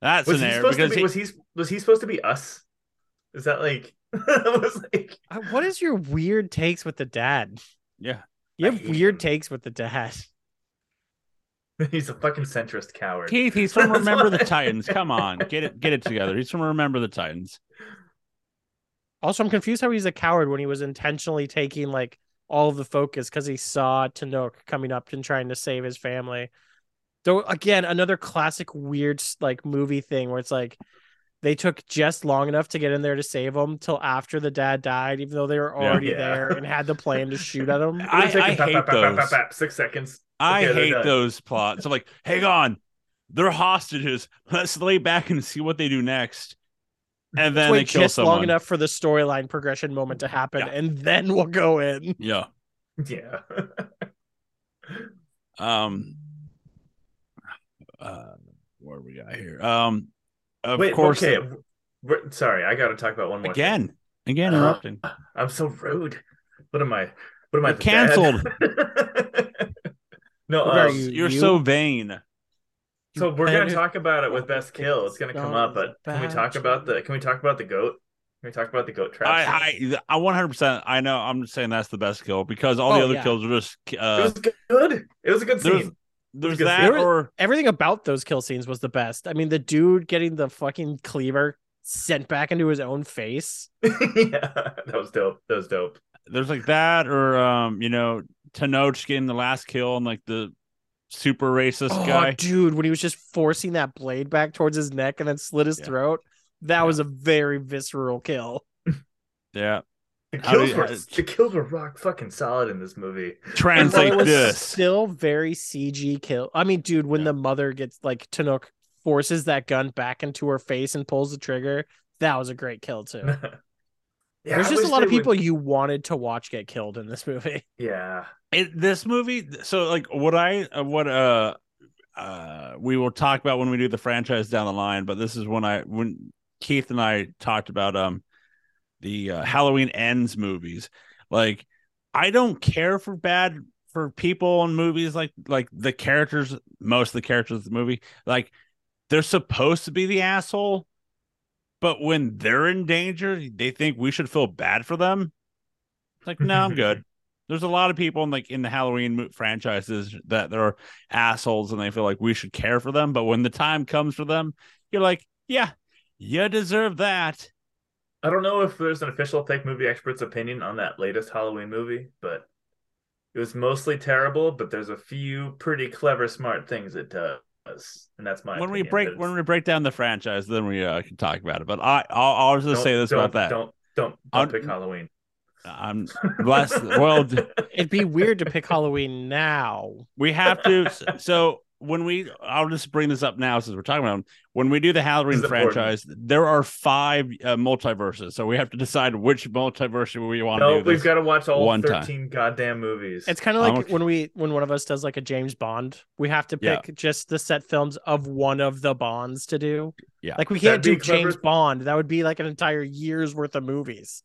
that's
was
an
he
error
supposed to
because he,
be was he was he supposed to be us? Is that like it was like
Uh, What is your weird takes with the dad?
yeah,
You
I
have
hate
weird
him.
takes with the dad.
he's a fucking centrist coward.
Keith, he's from
That's
Remember the
why-
Titans. Come on, get it, get it together. He's from Remember the Titans.
Also, I'm confused how he's a coward when he was intentionally taking like all of the focus because he saw Tanok coming up and trying to save his family. So again, another classic weird like movie thing where it's like they took just long enough to get in there to save him till after the dad died, even though they were
Yeah.
already
Yeah.
there and had the plan to shoot at him.
I,
It's like
I
a bap,
hate
bap, bap, bap,
those.
bap, Six seconds.
I
Okay, they're
hate
done.
those plots. I'm like, hang on, they're hostages. Let's lay back and see what they do next, and
Let's
then they
wait
kill
just
someone.
long enough for the storyline progression moment to happen,
Yeah.
and then we'll go in.
Yeah.
Yeah.
Um. Uh, What do we got here? Um, of
Wait,
course,
okay.
the-
We're- sorry, I got to talk about one more. thing.
again, again,
Uh,
interrupting.
I'm so rude. What am I? What am I?
You're
the dad? no,
What about
um,
you-
You're so vain.
so we're
Better
gonna talk about it with
fucking
best kill. It's gonna come up, but can we
bad
talk about the?
choice.
Can we talk about the goat? Can we talk about the goat trap?
I, I, I, one hundred percent. I know. I'm just saying that's the best kill because all the
Oh,
other
yeah.
kills are just
it
uh,
was good. It was a good
there's
scene.
there's
good
that
scene.
or
Everything about those kill scenes was the best. I mean, the dude getting the fucking cleaver sent back into his own face.
yeah, that was dope. That was dope.
there's like that or um, you know, Tanoch getting the last kill and like the super racist
oh,
guy.
dude, when he was just forcing that blade back towards his neck and then slit his
Yeah.
throat, that
Yeah.
was a very visceral kill.
Yeah,
The
How do
kills
you-
were the kills were rock fucking solid in this movie.
And
translate
it was
this.
still very CG kill. I mean, dude, when
Yeah.
the mother gets like Tanook forces that gun back into her face and pulls the trigger, that was a great kill too.
yeah,
There's
I
just a
wish
lot of
they would-
people you wanted to watch get killed in this movie.
Yeah,
it this movie so like what i uh, what uh uh we will talk about when we do the franchise down the line but this is when i when keith and i talked about um the uh, halloween ends movies like i don't care for bad for people in movies like like the characters most of the characters of the movie like they're supposed to be the asshole but when they're in danger they think we should feel bad for them It's like no i'm good there's a lot of people in like in the Halloween mo- franchises that are assholes and they feel like we should care for them, but when the time comes for them, you're like, yeah, you deserve that.
I don't know if there's an official fake movie expert's opinion on that latest Halloween movie, but it was mostly terrible. But there's a few pretty clever, smart things it does, and that's my.
when we
opinion,
break
but it's-
when we break down the franchise, then we uh, can talk about it. But I I'll, I'll just
don't-
say this
don't-
about that.
Don't don't
I'll-
don't pick Halloween.
I'm blessed. well, d-
It'd be weird to pick Halloween now.
we have to. so when we, I'll just bring this up now since we're talking about them. when we do the Halloween
This is important.
franchise. There are five uh, multiverses, so we have to decide which multiverse we want to
no,
do. This.
we've got to watch all
one time.
thirteen goddamn movies.
It's kind of
I'm
like
okay.
when we when one of us does like a James Bond, we have to
Yeah.
pick just the set films of one of the Bonds to do.
Yeah.
like we
That'd
can't do
be clever.
James Bond. That would be like an entire year's worth of movies.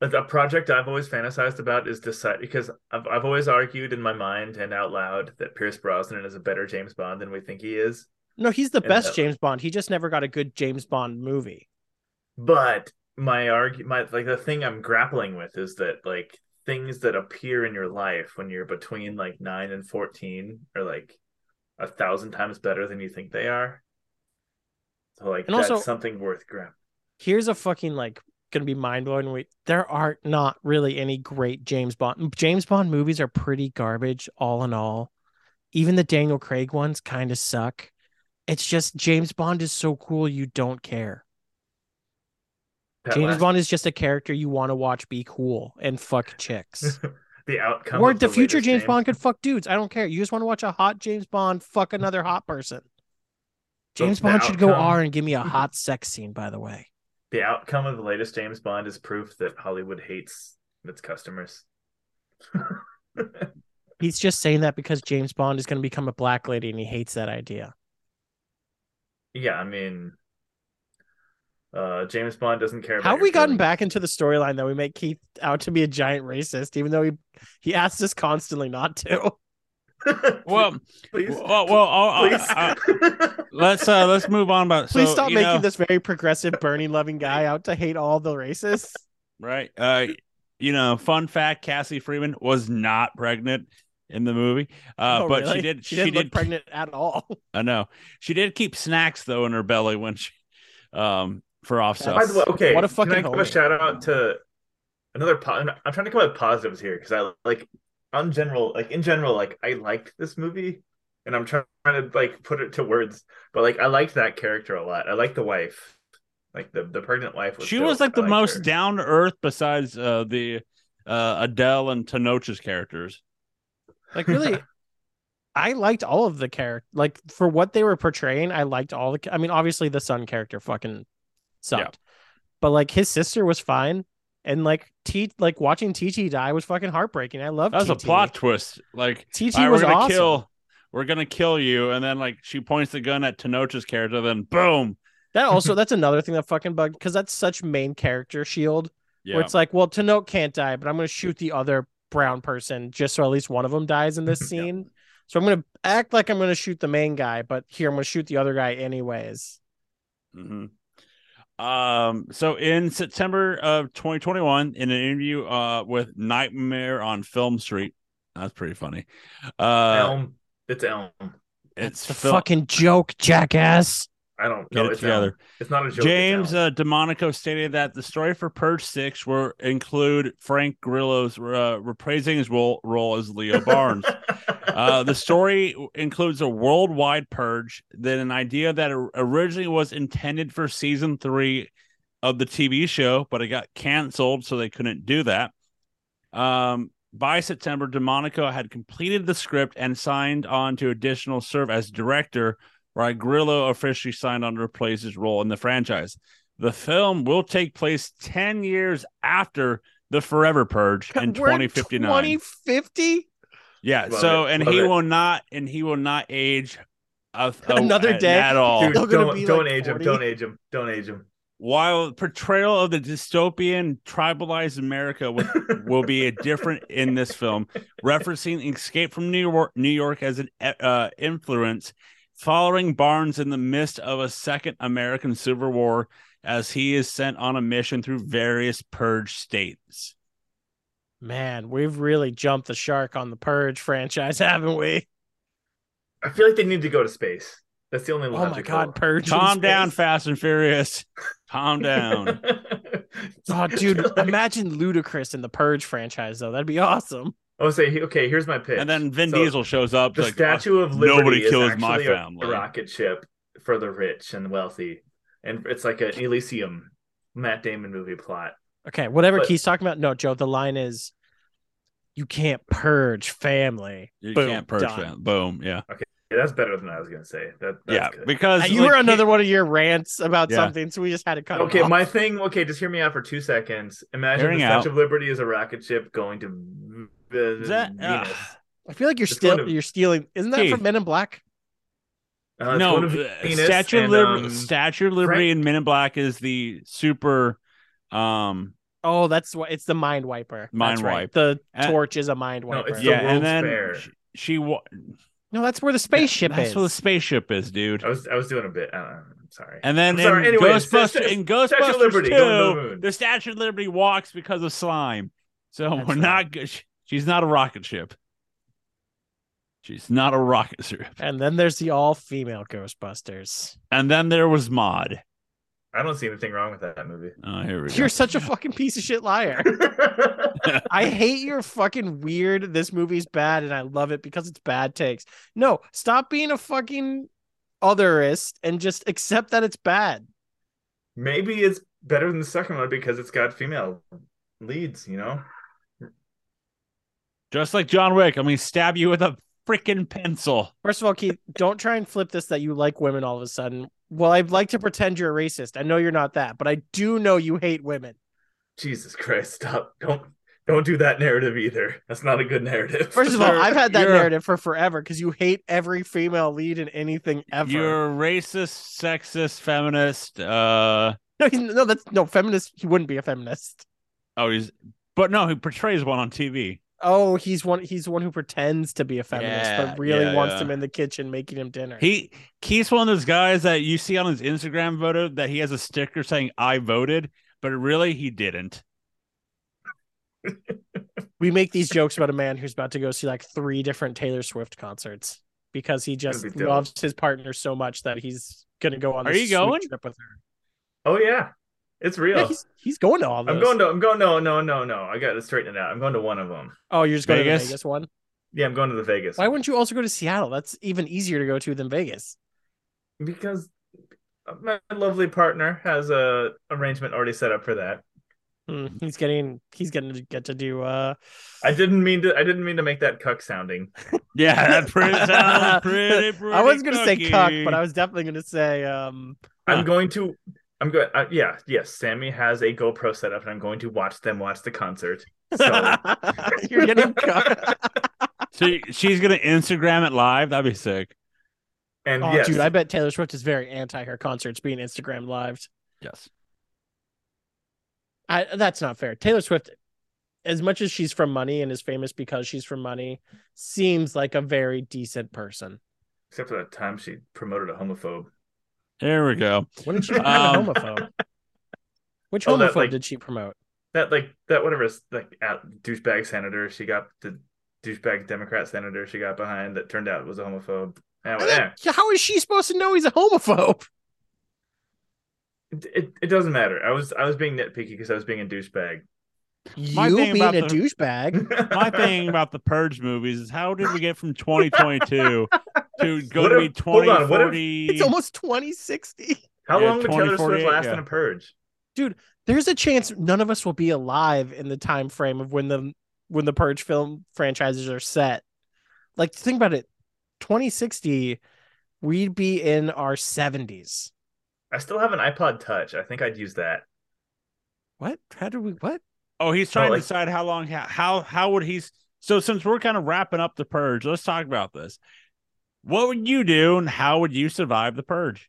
But a project I've always fantasized about is decide because I've I've always argued in my mind and out loud that Pierce Brosnan is a better James Bond than we think he is.
No, he's the
And
best
that-
James Bond. He just never got a good James Bond movie.
But my argue my like the thing I'm grappling with is that like things that appear in your life when you're between like nine and fourteen are like a thousand times better than you think they are. So like
And
that's
also-
something worth grappling.
Here's a fucking like gonna be mind blowing. We there aren't not really any great James Bond. James Bond movies are pretty garbage all in all. Even the Daniel Craig ones kind of suck. It's just James Bond is so cool you don't care.
That
James
last-
Bond is just a character you want to watch be cool and fuck chicks.
the outcome
or
of
the, future
latest
James Bond could fuck dudes. I don't care. You just want to watch a hot James Bond fuck another hot person.
So
James
the
Bond should go
outcome-
R and give me a hot sex scene, by the way.
the outcome of the latest James Bond is proof that Hollywood hates its customers.
He's just saying that because James Bond is going to become a black lady and he hates that idea.
Yeah, I mean, uh, James Bond doesn't care. about
How have
your
we gotten
feelings.
back into the storyline that we make Keith out to be a giant racist, even though he he asks us constantly not to?
well,
please,
well, well, I'll- I'll-
please.
I'll- let's uh let's move on about
Please
so,
stop
you
making
know,
this very progressive, Bernie loving guy out to hate all the racists.
right uh you know fun fact cassie freeman was not pregnant in the movie uh
Oh,
but
really?
she did
She didn't look
did
pregnant at all.
i know she did keep snacks though in her belly when she um for offset
By the way, okay.
What a
can I
fucking
give a
homie.
shout out to another? Po- I'm trying to come up with positives here because I like, on general, like in general, like I liked this movie, and I'm trying to like put it to words, but like I liked that character a lot. I liked the wife, like the the pregnant wife. Was
she
dope.
was like the
I liked
most
her.
down to earth besides uh the uh adele and tanoch's characters
Like really, I liked all of the character. Like for what they were portraying, I liked all the. ca- I mean, obviously the son character fucking sucked, but like his sister was fine, and like T like watching TT die was fucking heartbreaking. I love
that was a
TT.
plot twist like
TT
all right,
was
we're gonna
awesome.
kill we're gonna kill you, and then like she points the gun at Tenocha's character, then boom.
That also that's another thing that fucking bugged because that's such main character shield
Yeah.
where it's like, well, Tanote can't die, but I'm gonna shoot the other brown person just so at least one of them dies in this
Yeah.
scene. So I'm gonna act like I'm gonna shoot the main guy, but here I'm gonna shoot the other guy anyways.
hmm Um, so in September of 2021, in an interview uh with Nightmare on Film Street, that's pretty funny. Uh,
Elm. It's Elm.
it's
The
Fil-
fucking joke, jackass.
I don't
Get
know.
it
It's
together.
Elm. It's not a joke.
James
It's Elm.
uh, DeMonico stated that the story for Purge Six will include Frank Grillo's uh, reprising his role, role as Leo Barnes. uh, the story includes a worldwide purge, then an idea that or- originally was intended for season three of the TV show, but it got canceled, so they couldn't do that. Um, by September, DeMonico had completed the script and signed on to additional serve as director, while Grillo officially signed on to replace his role in the franchise. The film will take place 10 years after the Forever Purge in 2059.
2050?
Yeah.
Love
so,
it,
and
love
he
it.
will not, and he will not age a, a-
Another
a-
day.
at all.
Dude,
They're
don't
gonna be
don't
like
age him.
40.
Don't age him. Don't age him.
While portrayal of the dystopian tribalized America with, will be a different in this film, referencing Escape from New York, New York as an uh, influence, following Barnes in the midst of a second American Civil War as he is sent on a mission through various purge states.
Man, we've really jumped the shark on the Purge franchise, haven't we?
I feel like they need to go to space. That's the only
Oh my
logical-
god, Purge. in
Calm down,
space.
Fast and Furious. Calm down.
Oh, dude, imagine Ludacris in the Purge franchise, though. That'd be awesome.
Oh, say okay. Here's my pitch.
And then Vin
So,
Diesel shows up.
The
like,
Statue of Liberty.
nobody
is
kills my
actually a-
family.
A rocket ship for the rich and wealthy, and it's like an Elysium, Matt Damon movie plot.
Okay, whatever
But-
Key's talking about. No, Joe, the line is you can't purge family.
You
Boom,
can't purge
done.
that. Boom. Yeah.
Yeah, that's better than I was gonna say. That that's
yeah.
good.
Uh,
Because
You
like,
were
he-
another one of your rants about
Yeah.
something, so we just had to cut it
Okay,
off.
my thing. Okay, just hear me out for two seconds. Imagine
Hearing
the Statue
out.
of Liberty is a rocket ship going to uh,
That-
Venus.
I feel like you're
It's
still
going to-
you're stealing. Isn't that
Keith.
from Men in Black?
Uh, it's
no,
going to
uh,
Venus
Statue of
and,
Liberty,
um,
Statue of Liberty, and Men in Black is the super. Um.
Oh, that's what it's the mind wiper.
Mind
that's right.
wipe.
The
Uh,
torch is a mind wiper.
it's the
yeah,
World's
and then
Fair.
she, she wa-
No, that's where the spaceship
That's
is.
what the spaceship is, dude.
I was I was doing a bit. I don't know, I'm sorry.
And then
I'm sorry,
in
anyway,
Ghostbusters,
Statue-
in
Statue of
Ghostbusters
Liberty going to the
2,
moon.
the Statue of Liberty walks because of slime. So
That's
we're
right.
not good. she- She's not a rocket ship. She's not a rocket ship.
And then there's the all female Ghostbusters.
And then there was Mod.
I don't see anything wrong with that movie.
Oh, here we go.
You're such a fucking piece of shit liar. I hate your fucking weird. This movie's bad, and I love it because it's bad takes. No, stop being a fucking otherist and just accept that it's bad.
Maybe it's better than the second one because it's got female leads. You know,
Just like John Wick, I'm gonna stab you with a freaking pencil.
First of all, Keith, don't try and flip this that you like women all of a sudden. Well, I'd like to pretend you're a racist. I know you're not that, but I do know you hate women.
Jesus Christ, stop! Don't don't do that narrative either. That's not a good narrative.
First of all,
You're-
I've had that
you're a-
narrative for forever because you hate every female lead in anything ever.
You're a racist, sexist, feminist. Uh
No, he's, no, that's no feminist. He wouldn't be a feminist.
oh, he's but no, he portrays one on TV.
Oh, he's one. He's the one who pretends to be a feminist,
Yeah,
but really
yeah,
wants
yeah.
him in the kitchen making him dinner.
He he's one of those guys that you see on his Instagram photo that he has a sticker saying "I voted," but really he didn't.
we make these jokes about a man who's about to go see like three different Taylor Swift concerts because he just
That'd be dope.
loves his partner so much that he's gonna go on.
Are
this
you
sweet
going?
trip with her?
oh yeah, it's real.
Yeah, he's, he's going to all those.
I'm going to. I'm going. No, no, no, no. I got to straighten it out. I'm going to one of them.
oh, you're just going to
Vegas?
the Vegas one.
Yeah, I'm going to the Vegas.
Why wouldn't you also go to Seattle? That's even easier to go to than Vegas.
Because my lovely partner has a arrangement already set up for that.
Hmm, he's getting. He's gonna get to do. uh
I didn't mean to. I didn't mean to make that cuck sounding.
Yeah, that pretty sounds pretty, pretty
I wasn't gonna say cuck, but I
was.
was definitely gonna say um
Huh.
I'm going to. I'm going. Uh, yeah, yes. Sammy has a GoPro set up, and I'm going to watch them watch the concert. So
You're getting cut.
She, she's gonna Instagram it live. That'd be sick.
And
Oh,
yes,
dude, I bet Taylor Swift is very anti her concerts being Instagram lived.
Yes.
I, that's not fair. Taylor Swift, as much as she's from money and is famous because she's from money, seems like a very decent person.
except for that time she promoted a homophobe.
There we go.
When did she become
Um,
a homophobe? Which
Oh, that,
homophobe
like-
did she promote?
That like that whatever is like at douchebag senator she got the douchebag Democrat senator she got behind that turned out was a homophobe. Yeah, well, Oh, yeah.
How is she supposed to know he's a homophobe?
It, it, it doesn't matter. I was I was being nitpicky because I was being a douchebag.
My
you
thing
being
about
a
the-
douchebag.
My thing about the Purge movies is how did we get from 2022 to go
What
to
if-
be
hold on, what if-
2040?
It's almost 2060.
How
Yeah,
long would Taylor
2048,
Swift last
yeah.
in a purge?
There's a chance none of us will be alive in the time frame of when the when the purge film franchises are set. Like think about it. 2060, we'd be in our 70s.
I still have an iPod Touch. I think I'd use that.
What? How do we what?
Oh, he's trying
like-
to decide how long, how, how, how would he? So, since we're kind of wrapping up the purge, let's talk about this. What would you do and how would you survive the purge?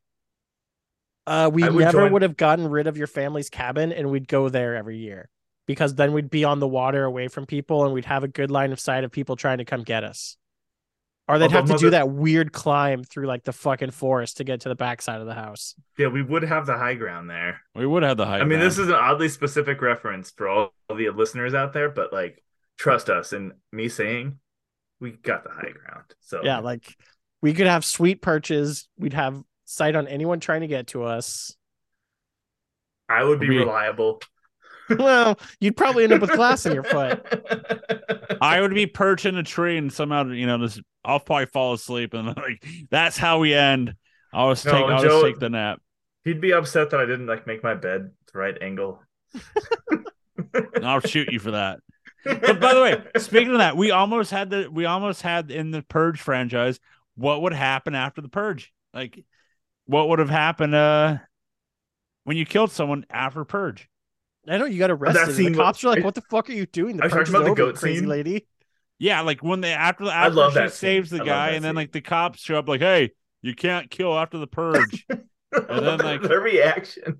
Uh, we
I would
never
join-
would have gotten rid of your family's cabin and we'd go there every year because then we'd be on the water away from people and we'd have a good line of sight of people trying to come get us. Or they'd
Although
have to
mother-
do that weird climb through like the fucking forest to get to the backside of the house.
Yeah, we would have the high ground there.
We would have the height.
I mean, this is an oddly specific reference for all the listeners out there, but like, trust us and me saying we got the high ground. So
Yeah, like we could have sweet perches. We'd have sight on anyone trying to get to us.
I would be
We-
reliable.
well, you'd probably end up with glass in your foot.
I would be perched in a tree and somehow, you know, this I'll probably fall asleep and like that's how we end. I'll just
No,
take, I'll
Joe-
just take the nap.
He'd be upset that I didn't like make my bed the right angle.
And I'll shoot you for that. But by the way, speaking of that, we almost had the we almost had in the Purge franchise what would happen after the Purge? Like, what would have happened uh when you killed someone after Purge?
I know you got arrested. and
scene
the
wa-
cops are
are
like,
you-
"What the fuck are you doing?" The
Are you talking
purge is
about the
over, you
goat
crazy
scene?
lady.
Yeah, like when they after the
I
after
love
she
that scene.
saves the
I love
guy,
that
and then
scene.
like the cops show up, like, hey, you can't kill after the Purge. and then, like-
the reaction.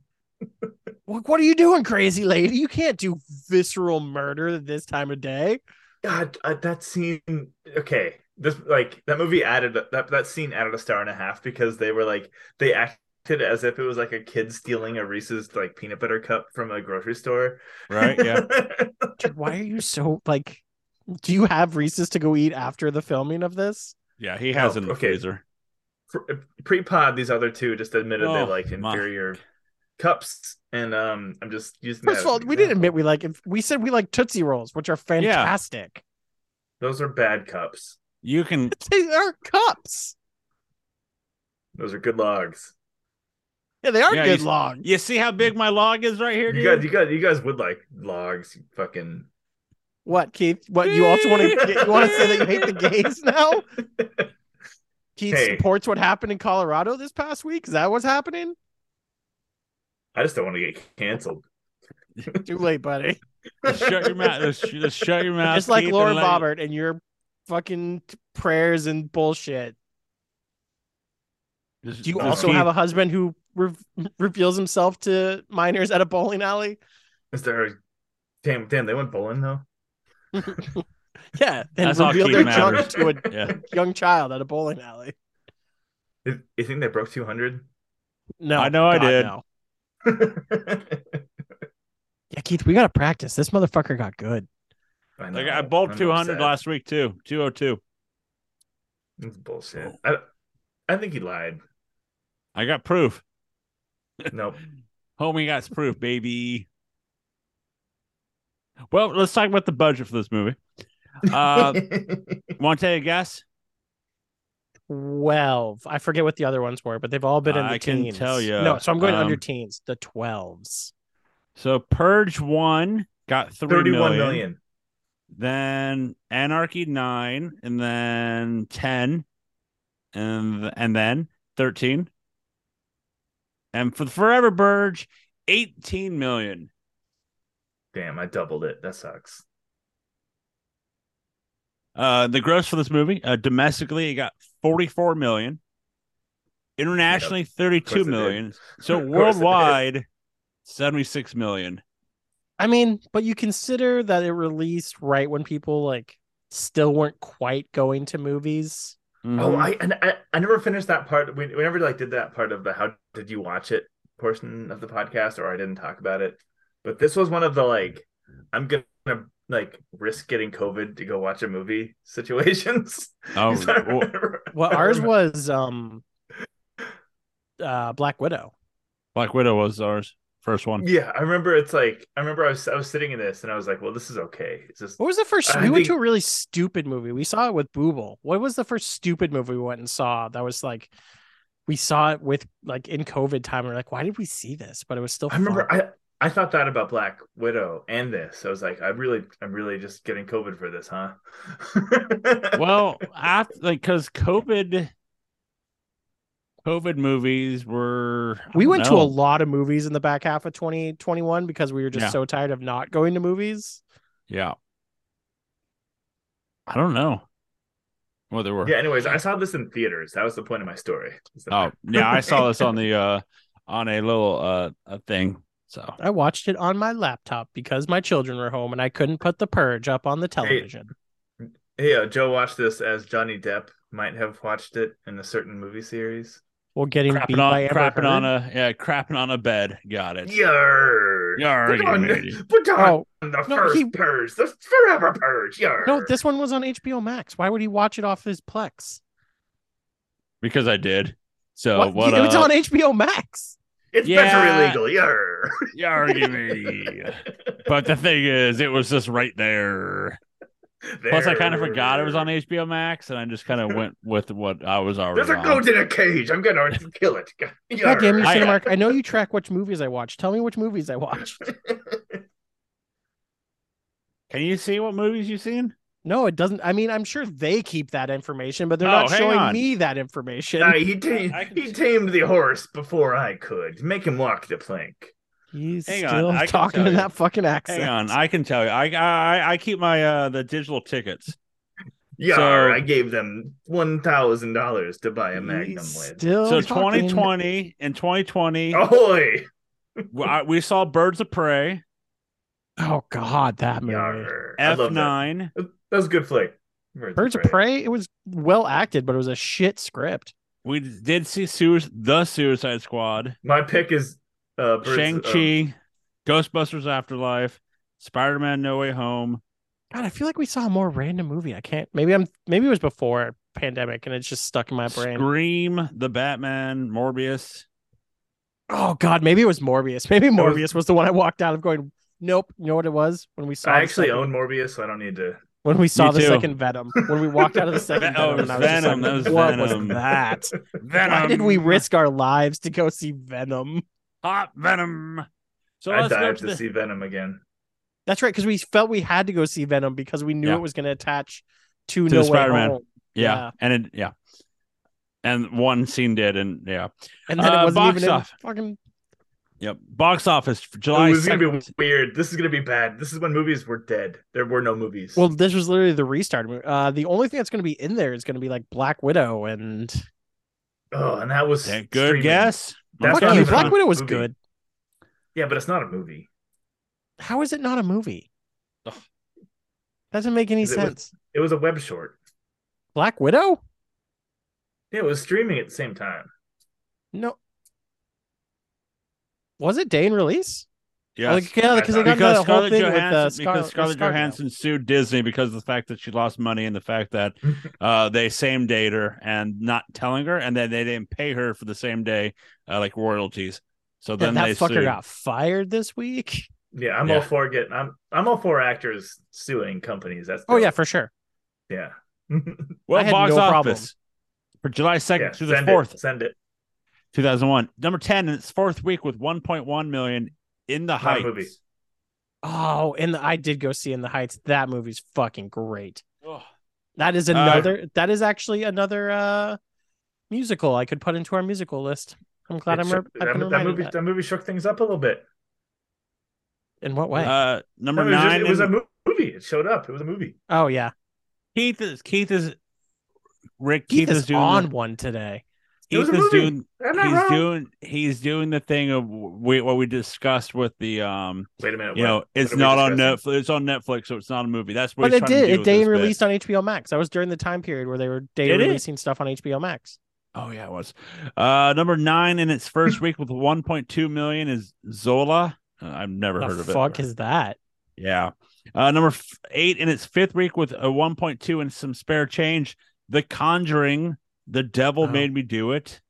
What, what are you doing, crazy lady? You can't do visceral murder at this time of day.
God, uh, that scene. Okay, this like that movie added that that scene added a star and a half because they were like they acted as if it was like a kid stealing a Reese's like peanut butter cup from a grocery store.
right? Yeah.
Dude, why are you so like? Do you have Reese's to go eat after the filming of this?
Yeah, he has
Oh,
in the
okay.
freezer.
Pre pod, these other two just admitted they
Oh,
like
my.
inferior cups, and um, I'm just using.
First
that
of
as
all,
an
we didn't
example.
admit we like. If we said we like Tootsie Rolls, which are fantastic.
Those are bad cups.
You can
They are cups.
Those are good logs.
Yeah, they are
Yeah,
good
you-
long.
you see how big my log is right here,
You
dude?
guys, you guys, you guys would like logs. You fucking.
What, Keith? What you also want to you want to say that you hate the gays now? Keith
Hey.
supports what happened in Colorado this past week. Is that what's happening?
I just don't want to get canceled.
Too late, buddy.
Just shut your mouth. Just, sh- just shut your mouth.
Just like
Keith, and
Lauren
let-
Bobbert and your fucking t- prayers and bullshit.
just-
Do you
just
also
Keith.
have a husband who re- reveals himself to minors at a bowling alley?
Is there? Damn, damn, they went bowling though.
Yeah, and
That's all
revealed
Keith
their junk
matters.
to a
Yeah.
young child at a bowling alley.
You you think they broke two hundred?
No,
I know I
God,
did.
no. Yeah, Keith, we gotta practice. This motherfucker got good.
Like I bowled 200 last week too. 202.
It's bullshit. I, I think he lied.
I got proof.
Nope.
Homie got proof, baby. Well, let's talk about the budget for this movie. Uh, want to take a guess?
Twelve. I forget what the other ones were, but they've all been in the
I can
teens.
tell ya.
No, so I'm going under
Um,
teens. The twelves.
So Purge 1 got 3
Thirty-one
million.
million.
Then Anarchy 9 and then 10 and and then 13. And for the Forever Purge 18 million.
Damn, I doubled it. That sucks.
Uh, the gross for this movie uh, domestically it got 44 million, internationally 32
course it
million, so
Of course it did.
worldwide 76 million.
I mean, but you consider that it released right when people like still weren't quite going to movies.
Oh,
Mhm.
I and I, I never finished that part. We, we never like did that part of the how did you watch it portion of the podcast, or I didn't talk about it. But this was one of the like I'm gonna like risk getting COVID to go watch a movie situations.
Oh,
So I
well,
remember-
Well, ours was um uh Black Widow.
Black Widow was ours first one.
Yeah, I remember. It's like I remember I was I was sitting in this and I was like, well, this is okay. It's just
What was the first
I
we went
think-
to a really stupid movie. We saw it with Booble. What was the first stupid movie we went and saw that was like we saw it with like in COVID time. We're like, why did we see this? But it was
Oh,
still
I remember
fun.
I I thought that about Black Widow and this. I was like, I really I'm really just getting COVID for this, huh?
well, after like because COVID, COVID movies were I
we
don't
went to
know.
a lot of movies in the back half of 2021 because we were just
Yeah.
so tired of not going to movies.
yeah. I don't know. Well, there were
yeah. Anyways, I saw this in theaters. That was the point of my story. So-
Oh yeah, I saw this on the uh on a little uh a thing. So
I watched it on my laptop because my children were home and I couldn't put The Purge up on the television.
Yeah, uh, Joe watched this as Johnny Depp might have watched it in a certain movie series.
Well, getting beat
crapping
by
on
Amber
crapping on
Heard.
a yeah crapping on a bed. Got it.
Yarr.
Yarr,
Put
you
on,
lady.
put on
Oh
the
no,
first
he-
purge, the forever purge. Yarr.
no, this one was on HBO Max. Why would he watch it off his Plex?
Because I did. So
What?
Uh, what?
it was
up?
on HBO Max.
it's
Yeah.
better illegal. Yarr.
Yarr, you lady. But the thing is, it was just right there. Plus, I kind of forgot it was on
There.
HBO Max, and I just kind of went with what I was already.
There's a
on.
goat in a cage. I'm gonna kill it.
God damn you,
I-
Cinemark. I know you track which movies I watch. Tell me which movies I watched.
Can you see what movies you've seen?
No, it doesn't. I mean, I'm sure they keep that information, but they're
Oh,
not
hang
showing
on.
me that information.
Nah, he tamed,
I can
he
see-
tamed the horse before I could. Make him walk the plank.
He's
Hang on,
still
I can
talking
tell
in
you.
that fucking accent.
Hang on, I can tell you. I I I keep my uh the digital tickets.
Yeah,
So-
I gave them one thousand dollars to buy a Magnum
He's
with.
Still
So
Oh, talking.
2020 and 2020,
Oh. Ahoy!
we- I- we saw Birds of Prey,
Oh God, that movie.
Yarr. I love that.
F9.
That was a good flick. Birds,
Birds of Prey. It was well acted, but it was a shit script.
We did see Suicide, the Suicide Squad,
My pick is uh, Birds-
um,
Shang Chi, Ghostbusters Afterlife, Spider Man No Way Home.
God, I feel like we saw a more random movie. I can't. Maybe I'm. Maybe it was before pandemic, and it's just stuck in my brain.
Scream, The Batman, Morbius.
Oh God, maybe it was Morbius. Maybe
was-
Morbius was... the one I walked out of going. Nope. You know what it was when we
Um,
saw.
I
the
actually
second-
own Morbius, so I don't need to.
when we saw the
too.
second Venom. When we walked out of the second
Oh,
Venom,
it was
and I was just
Venom.
like,
That was
what
Venom.
was that?
Venom.
Why did we
Um,
risk our lives to go see Venom?
Hot Venom. So
I
let's go
died
to
to
the,
see Venom again.
That's right, because we felt we had to go see Venom because we knew
Yeah.
it was going to attach to,
To
No
the
Way
Spider-Man.
Home,
yeah.
yeah.
and it yeah, and one scene did, and yeah,
and then
Uh,
it wasn't
box
even in
off.
fucking.
yep. Box office for
Oh,
July.
this is gonna
2nd.
be weird. This is gonna be bad. This is when movies were dead. There were no movies.
Well, this was literally the restart. movie. Uh, the only thing that's going to be in there is going to be like Black Widow and.
oh, and that was
Good
streaming.
guess.
That's
Fuck
not
you,
even
Black
a
Widow was
movie.
good.
Yeah, but it's not a movie.
How is it not a movie?
Ugh.
Doesn't make any
Is it with-
sense.
It was a web short.
Black Widow?
Yeah, it was streaming at the same time.
No. Was it day in release?
Yes.
Like, yeah, because they got
because
the whole
Scarlett
thing with
Johansson,
uh, Scar-
because Scarlett
Scarjo.
Johansson sued Disney because of the fact that she lost money and the fact that uh, they same date her and not telling her, and then they didn't pay her for the same day, uh, like royalties. So
Yeah,
then
that
they
fucker
sued.
got fired this week.
Yeah, I'm
Yeah.
all for getting. I'm I'm all for actors suing companies. That's
Oh
dope.
yeah, for sure.
yeah.
Well,
had
box
no
office
problem.
for July second
yeah.
through the
Send
fourth,
it. Send it.
two thousand one. Number ten in its fourth week with one point one million in the
Not a
heights.
movie.
Oh, and the, I did go see In the Heights. That movie's fucking great.
Ugh.
That
Uh,
is another. that is actually another uh musical I could put into our musical list. I'm glad
It
I'm.
shook-
Re- I've been
that, that
reminded
movie.
that.
That movie shook things up a little bit.
In what way?
Uh, number
No, it was just-
nine.
it was
in-
a mo- movie. It showed up. It was a movie.
oh yeah.
Keith is Keith is Rick.
Keith,
Keith,
is,
doing
on
The,
one today.
It was
Keith
a
is
movie.
doing.
I'm not
He's
wrong.
doing. He's doing the thing of we, what we discussed with the um.
Wait a minute.
You
what?
know, it's
are we
not on
discussing?
Netflix. It's on Netflix, so it's not a movie. That's what.
But
he's
it
trying to
did.
do
It
with
day
this bit.
released on HBO Max. That was during the time period where they were day
Did it?
releasing stuff on HBO Max.
Oh yeah, it was. Uh, number nine in its first week with 1.2 million is Zola. Uh, I've never heard
the
of
fuck
it.
is that?
yeah. Uh, number f- eight in its fifth week with a 1.2 and some spare change. The Conjuring. The Devil
Oh.
Made Me Do It.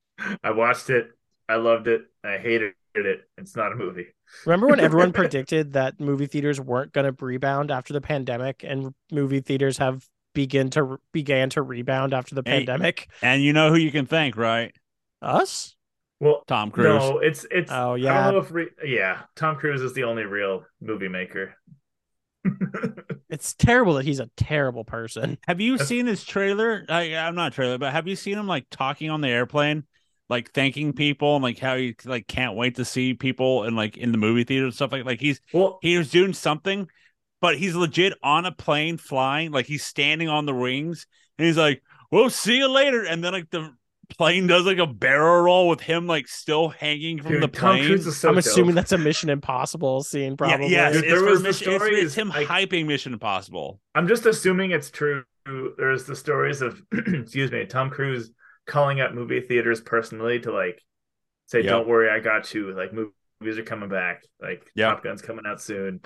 I watched it. I loved it. I hated it. It's not a movie.
Remember when everyone predicted that movie theaters weren't going to rebound after the pandemic, and movie theaters have begin to began to rebound after the
Hey.
pandemic?
And you know who you can thank, right?
Us?
Well,
Tom Cruise.
no, it's it's.
Oh
I
yeah,
don't know if re- yeah, Tom Cruise is the only real movie maker.
it's terrible that he's a terrible person.
Have you
That's-
seen his trailer? I, I'm not trailer, but have you seen him like talking on the airplane, like thanking people and like how he like can't wait to see people and like in the movie theater and stuff like like he's
well,
he was doing something, but he's legit on a plane flying, like he's standing on the wings, and he's like, "We'll see you later," and then like the plane does like a barrel roll with him like still hanging from
dude,
the
Tom
plane.
Cruise is so.
I'm assuming
dope.
that's a Mission Impossible scene,
Yeah,
probably.
yes,
Dude,
it's,
there
for
was the
mission, it's,
stories,
it's him
like-
hyping Mission Impossible.
I'm just assuming it's true. There's the stories of, excuse me, Tom Cruise calling up movie theaters personally to like say,
Yeah.
"Don't worry, I got you." Like movies are coming back. Like
Yeah.
Top Gun's coming out soon.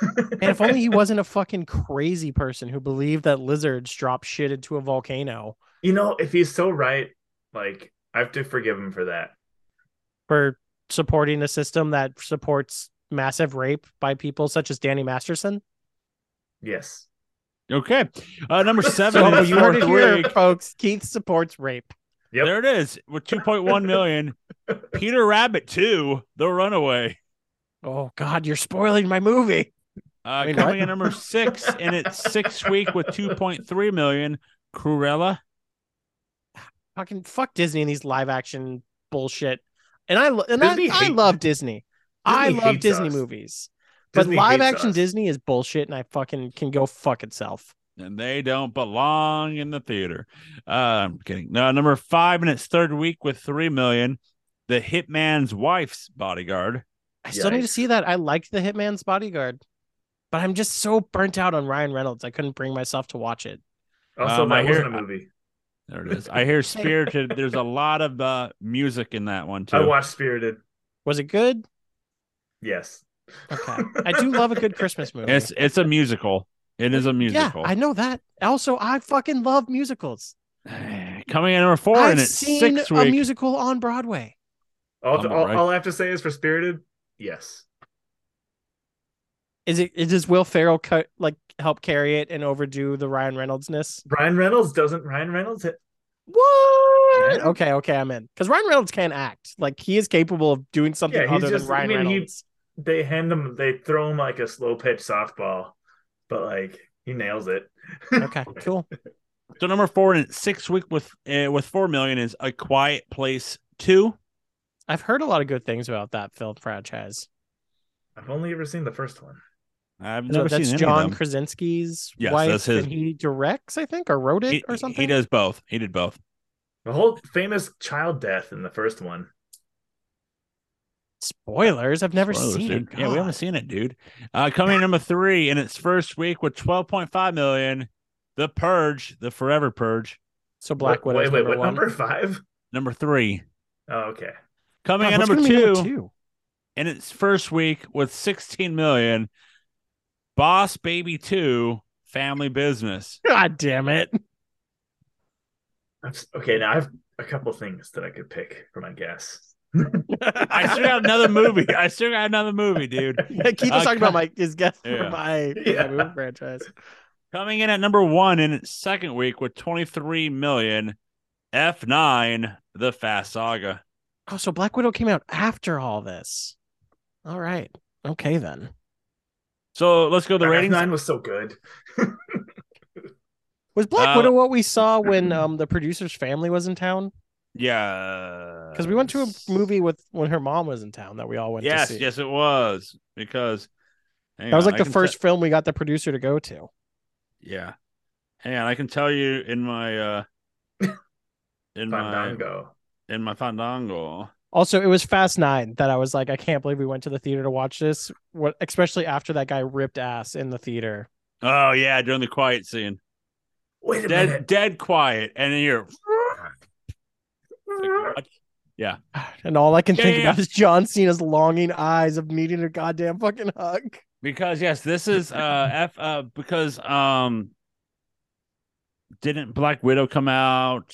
And if only he wasn't a fucking crazy person who believed that lizards drop shit into a volcano
you know, if he's so right, like I have to forgive him for that.
for supporting a system that supports massive rape by people such as Danny Masterson.
Yes.
Okay, uh, number seven.
So
in
you heard it
fourth
here,
week.
folks. Keith supports rape.
Yep.
There it is with 2.1 million. Peter Rabbit 2, The Runaway.
Oh God, you're spoiling my movie.
Uh,
Wait,
coming in number six in its sixth week with 2.3 million. Cruella.
Fucking fuck Disney and these live action bullshit. And I lo- and I,
Disney
I
hate-
love Disney. I
Disney
love
hates
Disney
us.
movies.
Disney
but live
hates
action
us.
Disney is bullshit and I fucking can go fuck itself.
And they don't belong in the theater. Uh, I'm kidding. No, number five in its third week with 3 million. The Hitman's Wife's Bodyguard.
I still need to
Yikes.
see that. I liked the Hitman's Bodyguard, but I'm just so burnt out on Ryan Reynolds. I couldn't bring myself to watch it.
Also,
Um, I
that
hear-
wasn't a movie.
There it is. I hear Spirited. There's a lot of uh, music in that one, too.
I watched Spirited.
Was it good?
Yes.
Okay. I do love a good Christmas movie.
it's, it's a musical. It is a musical.
Yeah, I know that. Also, I fucking love musicals.
Coming in number 4 in
I've
its
seen
sixth
a
week.
musical on Broadway.
All,
I'm
all,
alright.
all I have to say is for Spirited, yes.
Is it? Is does Will Ferrell cut like help carry it and overdo the Ryan Reynoldsness?
Ryan Reynolds doesn't. Ryan Reynolds hit.
What?
Yeah.
Okay, okay, I'm in. Because Ryan Reynolds can act. Like he is capable of doing something
Yeah, he's
other
just-
than
I
Ryan
mean, he-
Reynolds.
They hand him. They throw him like a slow pitch softball, but like he nails it.
Okay, cool.
So number four in its sixth week with uh, with four million is A Quiet Place Two.
I've heard a lot of good things about that film franchise.
I've only ever seen the first one.
I've
So
never
that's
seen
John
any of them.
Krasinski's
Yes,
wife,
that's his-
and he directs, I think, or wrote it
He,
or
he
something.
does both. He did both.
The whole famous child death in the first one.
Spoilers. I've never
Spoilers,
seen
dude.
it.
Yeah, we haven't
God.
seen it, dude. Uh, coming in number three in its first week with twelve point five million, The Purge, The Forever Purge,
So Black
Wait,
Widow.
Wait, wait, what
one.
number five?
number three.
Oh, okay.
Coming
God,
in
what's
number
gonna be
two,
two?
in its first week with sixteen million, Boss Baby Two, Family Business.
God damn it!
I'm s- okay, now I have a couple things that I could pick for my guess.
I still got another movie. I still got another movie, dude.
Keith
Uh,
was talking
co-
about my his guest
Yeah.
for my, for my
Yeah.
movie franchise.
Coming in at number one in its second week with 23 million, F9, The Fast Saga.
Oh, so Black Widow came out after all this. All right. Okay then.
So let's go to the
F9
ratings.
was so good.
Was Black
Uh,
Widow what we saw when um the producer's family was in town?
Yeah.
Because we went to a movie with when her mom was in town that we all went
Yes,
to see.
yes, it was. Because hang
That was
on,
like
I
the
can
first film we got the producer to go to.
te- yeah. And I can tell you in my uh in my
Fandango.
in my fandango.
Also, it was Fast Nine that I was like, I can't believe we went to the theater to watch this. What, especially after that guy ripped ass in the theater.
Oh yeah, during the quiet scene.
Wait a
Dead
minute.
dead quiet. And then you're like, what?
And all I can
Yeah,
think
yeah,
about is John Cena's longing eyes of needing a goddamn fucking hug.
because yes, this is uh F uh because um didn't Black Widow come out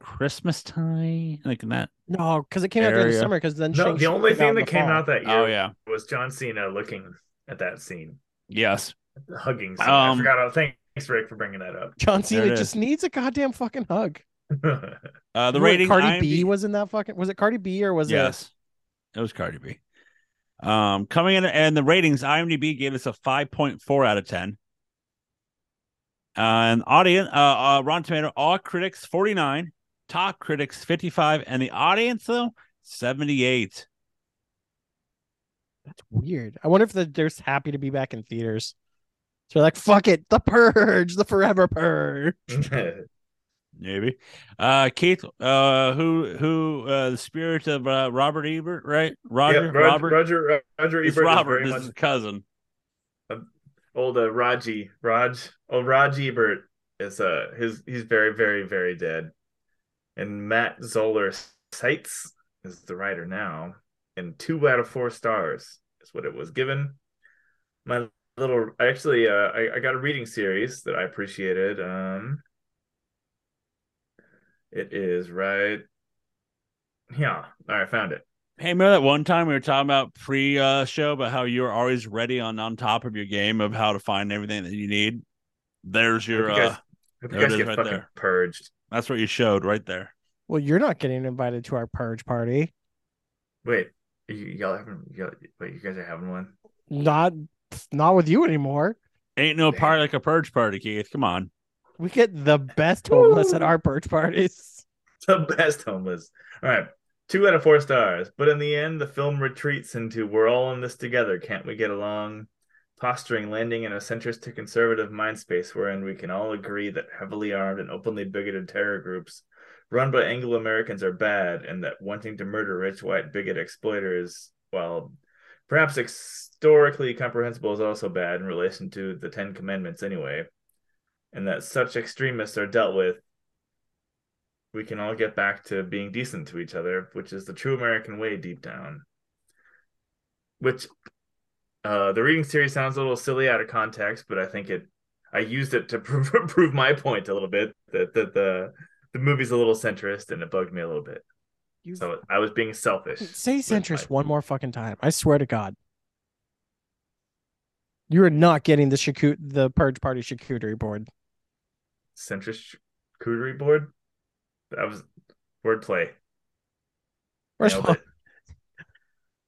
Christmas time? Like in that
No, because it came out during the
Area.
summer. Because then
No,
Shang-Chi
the only
came out
thing
in
that
the
came
fall.
out that year
Oh yeah.
was John Cena looking at that scene,
Yes.
the hugging scene. I
Um,
forgot. all- Thanks, Rick, for bringing that up.
John
There it
Cena
is.
just needs a goddamn fucking hug.
Uh the
Remember
rating
Cardi
IMD
B was in that fucking. Was it Cardi B or was it?
yes. It was Cardi B. Um, coming in and the ratings, IMDb gave us a 5.4 out of 10. Uh, and audience, uh, uh, Rotten Tomato, all critics 49, top critics 55, and the audience though 78.
That's weird. I wonder if the, they're just happy to be back in theaters. So they're like, fuck it, the purge, the forever purge.
Maybe, uh, Keith, uh, who, who, uh, the spirit of uh, Robert Ebert, right? Roger,
yeah, Roger,
Robert,
Roger, Roger
it's
Ebert is
Robert,
very
this
much
is cousin.
old uh, Raji Raj old Raj Ebert is uh his he's very very very dead, and Matt Zoller Seitz is the writer now, and two out of four stars is what it was given. My little actually uh, I, I got a reading series that I appreciated. Um, it is right. Yeah, all right, found it.
Hey, remember that one time we were talking about pre uh, show about how you were always ready on on top of your game of how to find everything that you need? There's your
I hope you
uh,
guys, I
there
hope you
it
guys
is
get
right
fucking
there.
purged.
that's what you showed right there.
Well, you're not getting invited to our purge party.
Wait, y- y'all haven't y'all, wait, you guys are having one?
Not not with you anymore.
Ain't no
Damn.
party like a purge party, Keith. Come on.
We get the best homeless at
Woo.
our purge parties.
the best homeless. All right, two out of four stars. But in the end, the film retreats into "We're all in this together. Can't we get along?" Posturing, landing in a centrist to conservative mind space wherein we can all agree that heavily armed and openly bigoted terror groups run by Anglo Americans are bad, and that wanting to murder rich white bigot exploiters, while perhaps historically comprehensible, is also bad in relation to the Ten Commandments anyway. And that such extremists are dealt with we can all get back to being decent to each other, which is the true American way deep down. Which uh, the reading series sounds a little silly out of context, but I think it I used it to prove, prove my point a little bit that, that the the movie's a little centrist and it bugged me a little bit.
You
So I was being selfish.
say
with my-
centrist one more fucking time. I swear to God. You are not getting the shaku- the purge party charcuterie board.
centrist cootery board. That was wordplay.
First
Nailed
of all,
it.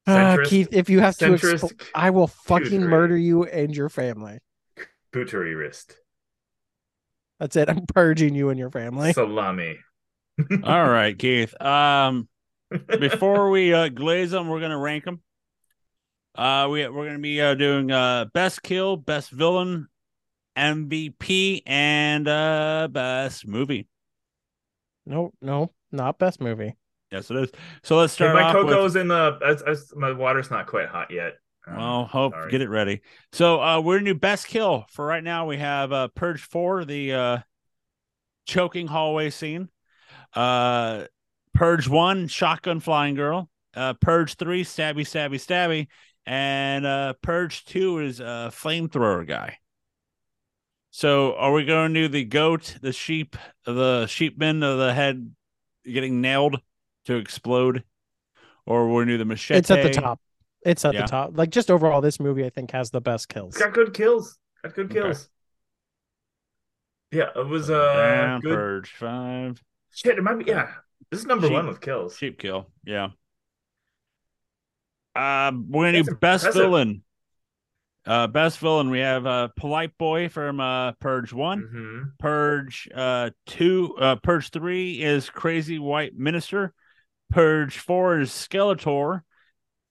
ah,
Centrist-
Keith, if you have to,
centrist
expl- I will fucking
charcuterie.
murder you and your family.
cootery wrist.
That's it. I'm purging you and your family.
Salami.
All right, Keith. Um, before we uh, glaze them, we're gonna rank them. Uh, we we're gonna be uh, doing uh best kill, best villain, MVP, and uh best movie.
no, no, not best movie.
Yes, it is. So let's
Hey,
start
my
off with-
cocoa's in the. I, I- my water's not quite hot yet. Um,
Well, hope
sorry.
get it ready. So uh we're new best kill for right now. We have uh Purge Four, the uh choking hallway scene. Uh Purge One, shotgun flying girl. Uh Purge Three, stabby, stabby, stabby. And uh Purge Two is uh flamethrower guy. So are we going to do the goat, the sheep, the sheepman of the head getting nailed to explode? Or we're gonna do the machete.
It's at the top. It's at
Yeah.
the top. Like just overall, this movie I think has the best kills.
It's got good kills. Got good
Okay.
kills. Yeah, it was uh
Down,
good.
purge five
Shit, it might be. Yeah, this is number
Sheep-
one with kills.
sheep kill. Yeah. Uh, we're gonna do
That's
best
impressive.
villain. Uh, best villain. We have uh, polite boy from uh, Purge one.
hmm
Purge uh two. Uh, Purge three is crazy white minister. Purge four is Skeletor,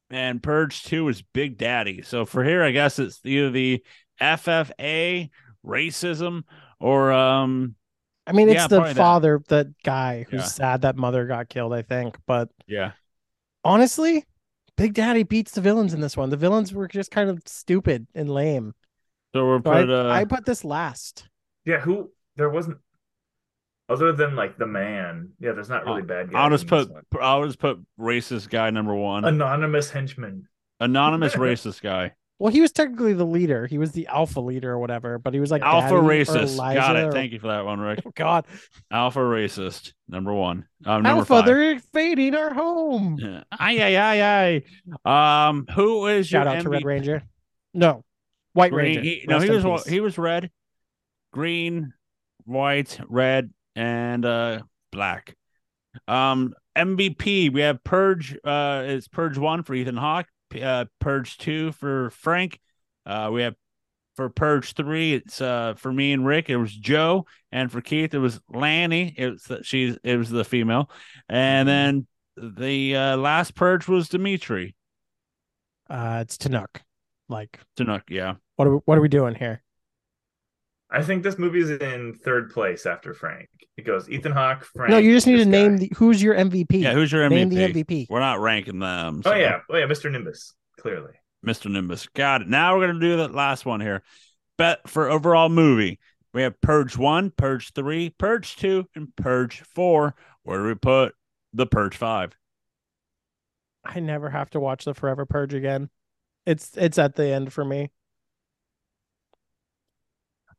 and Purge two is Big Daddy. So for here, I guess it's either the FFA racism or um
I mean, it's
Yeah, probably
the
that.
father, that. guy who's
Yeah.
sad that mother got killed, I think. But
yeah.
honestly, Big Daddy beats the villains in this one. The villains were just kind of stupid and lame.
So we'll
So
put
I,
uh
I put this last.
Yeah, who there wasn't other than like the man. Yeah, there's not really bad guys.
I'll just
in this
put
one.
I'll just put racist guy number one.
anonymous henchman.
Anonymous racist guy.
Well, he was technically the leader. He was the alpha leader or whatever, but he was like
Alpha
Daddy or
racist. Got
Elijah
it.
or-
Thank you for that one, Rick.
Oh, God,
Alpha racist number one. Um, number
Alpha,
five.
they're invading our home.
Yeah. Aye, aye, aye, aye. Um, who is
Shout
your
out to
MVP?
Red Ranger. No, White
Green-
Ranger.
he- no,
Rest
he
in
was wa-
peace.
he was red, green, white, red, and uh black. Um MVP we have purge. Uh, it's purge one for Ethan Hawke. P- Uh, purge two for Frank. Uh, we have for purge three. It's uh for me and Rick. It was Joe, and for Keith it was Lanny. It was the, she's it was the female, and then
Mm-hmm.
the uh, last purge was Dimitri
Uh, it's Tanuk. Like,
Tanuk. Yeah.
what are we, what are we doing here?
I think this movie is in third place after Frank. It goes Ethan Hawke, Frank.
no, you just need to
this
name
guy.
the, who's your MVP.
Yeah. Who's your MVP?
name the MVP.
We're not ranking them.
Oh
so-
yeah, oh yeah, Mr. Nimbus. Clearly,
Mr. Nimbus. Got it. Now we're gonna do the last one here. Bet for overall movie. We have Purge One, Purge Three, Purge Two, and Purge Four. Where do we put the Purge Five?
I never have to watch the Forever Purge again. It's it's at the end for me.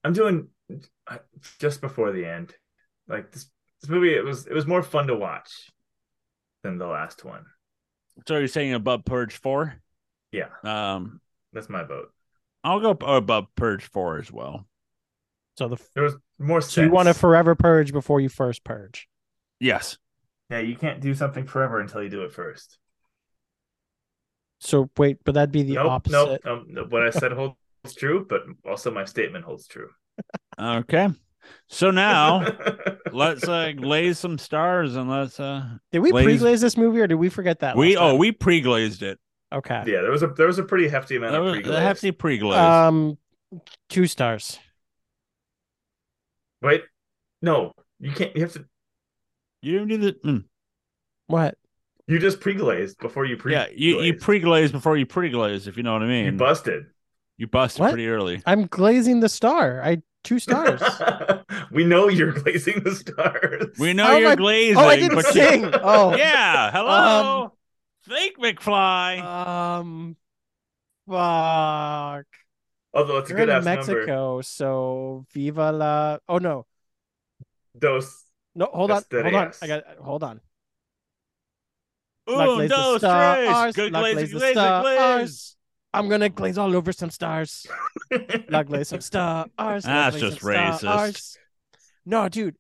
I'm doing I- just before the end. Like this, this movie, it was it was more fun to watch than the last one.
So you're saying above Purge Four?
Yeah,
Um,
that's my vote.
I'll go above Purge Four as well.
So the
There was more.
so you want to
sense.
Forever Purge before you first purge.
Yes.
Yeah, you can't do something forever until you do it first.
So wait, but that'd be the
nope,
opposite.
Nope, um, no, what I said holds true, but also my statement holds true.
Okay. So now let's uh, glaze some stars and let's uh
Did we
Ladies-
pre-glaze this movie or did we forget that?
we
last
oh
time?
we pre glazed it.
okay.
yeah, there was a there was a pretty hefty amount
That
of
was
pre
a hefty pre glaze.
Um, two stars.
Wait, no, you can't. You have to.
you didn't do the mm.
What?
You just pre-glazed before you pre.
yeah you you
glazed.
pre glazed before you pre glazed if you know what I mean.
You busted.
You busted
What?
pretty early.
I'm glazing the star. I two stars. Oh,
we know you're glazing the stars.
We know
How am
you're
I-
glazing.
oh, I didn't
but you-
sing. Oh,
Yeah. Hello. Think McFly.
Um, fuck.
Although it's a
You're
good
in
ass
Mexico,
number.
so viva la. Oh no,
Dos.
no. Hold on, hold on.
Asterias.
I got. Hold on.
Un,
glaze the
dos,
star,
tres.
ours,
Good
la
glazing,
glaze the
glazing,
star,
glaze.
I'm gonna glaze all over some stars. La glaze some stars.
That's just racist.
No, dude.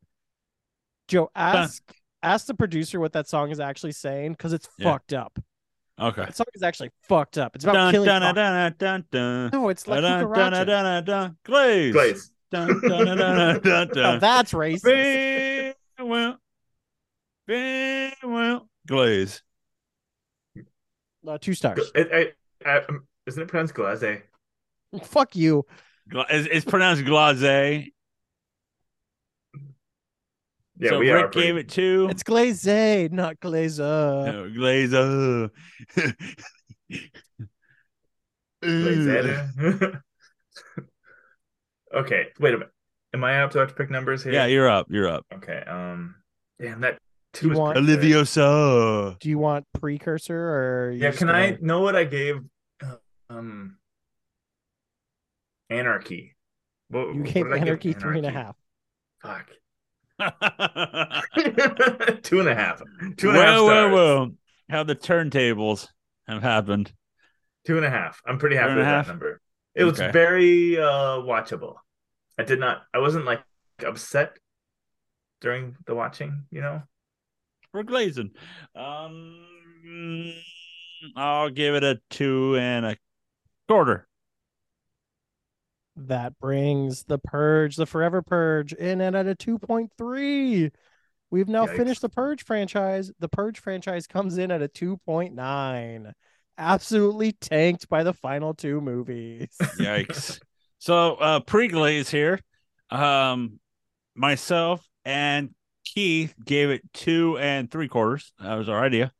Joe, ask ask the producer what that song is actually saying because it's
Yeah.
fucked up.
Okay.
That song is actually fucked up. It's about
Dun
killing.
dun dun
fuck-
dun dun dun.
No, it's like
Dun, dun, dun,
Cucaracha.
dun, dun. Glaze.
Glaze.
Dun, dun, dun, dun, dun,
Now
dun.
that's racist.
Farewell. Farewell. Glaze.
No, Uh, two stars.
It, I, I, um, isn't it pronounced glaze?
Fuck you.
Gla- It's it's pronounced glaze.
Yeah,
so
we
Rick
are. pretty-
gave it two.
It's glaze, eh, not glaze.
No, glaze. Uh.
Glazed. eh? okay, wait a minute. Am I up to have to pick numbers here?
Yeah, you're up. You're up.
Okay. Um. Damn that.
you
Two was
want-
pretty good.
Oliviosa.
Do you want precursor or? are you
Yeah.
just
Can
gonna-
I know what I gave? Um. Anarchy. What,
You
what
gave
did I give
anarchy three and a half.
Fuck.
whoa,
two and a half. Two and a half
whoa,
stars.
whoa! How the turntables have happened.
Two and a half. I'm pretty happy
Two and a
with
half?
that number. It was
Okay.
very uh watchable. I did not. I wasn't like upset during the watching. You know.
We're glazing. Um, I'll give it a two and a quarter.
That brings the purge, the forever purge, in and at a 2.3. We've now
Yikes.
finished the purge franchise. The purge franchise comes in at a 2.9. Absolutely tanked by the final two movies.
Yikes! so uh, pre-glaze here. Um, myself and Keith gave it two and three quarters. That was our idea.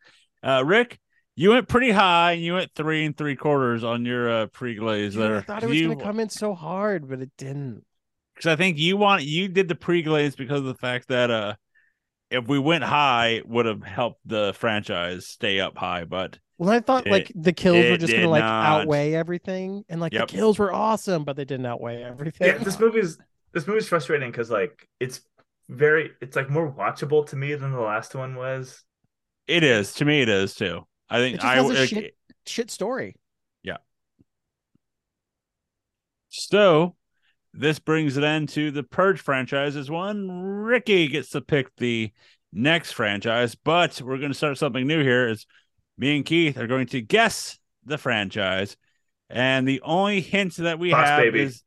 Uh, Rick, you went pretty high. and You went three and three quarters on your uh, pre-glaze
Dude,
there.
I thought it was
you,
going to come in so hard, but it didn't.
because I think you want you did the pre-glaze because of the fact that uh, if we went high, it would have helped the franchise stay up high. But
Well, I thought like the kills were
it
just going
did
to like
not.
outweigh everything, and like
Yep.
the kills were awesome, but they didn't outweigh everything.
Yeah, this movie's this movie's frustrating because like it's very it's like more watchable to me than the last one was.
it is to me, it is too. I think
It just
I
has a
like,
shit- Shit story.
so. This brings it end to the Purge franchise. Is one Ricky gets to pick the next franchise, but we're going to start something new here. Is me and Keith are going to guess the franchise, and the only hint that we
Boss
have
Baby.
is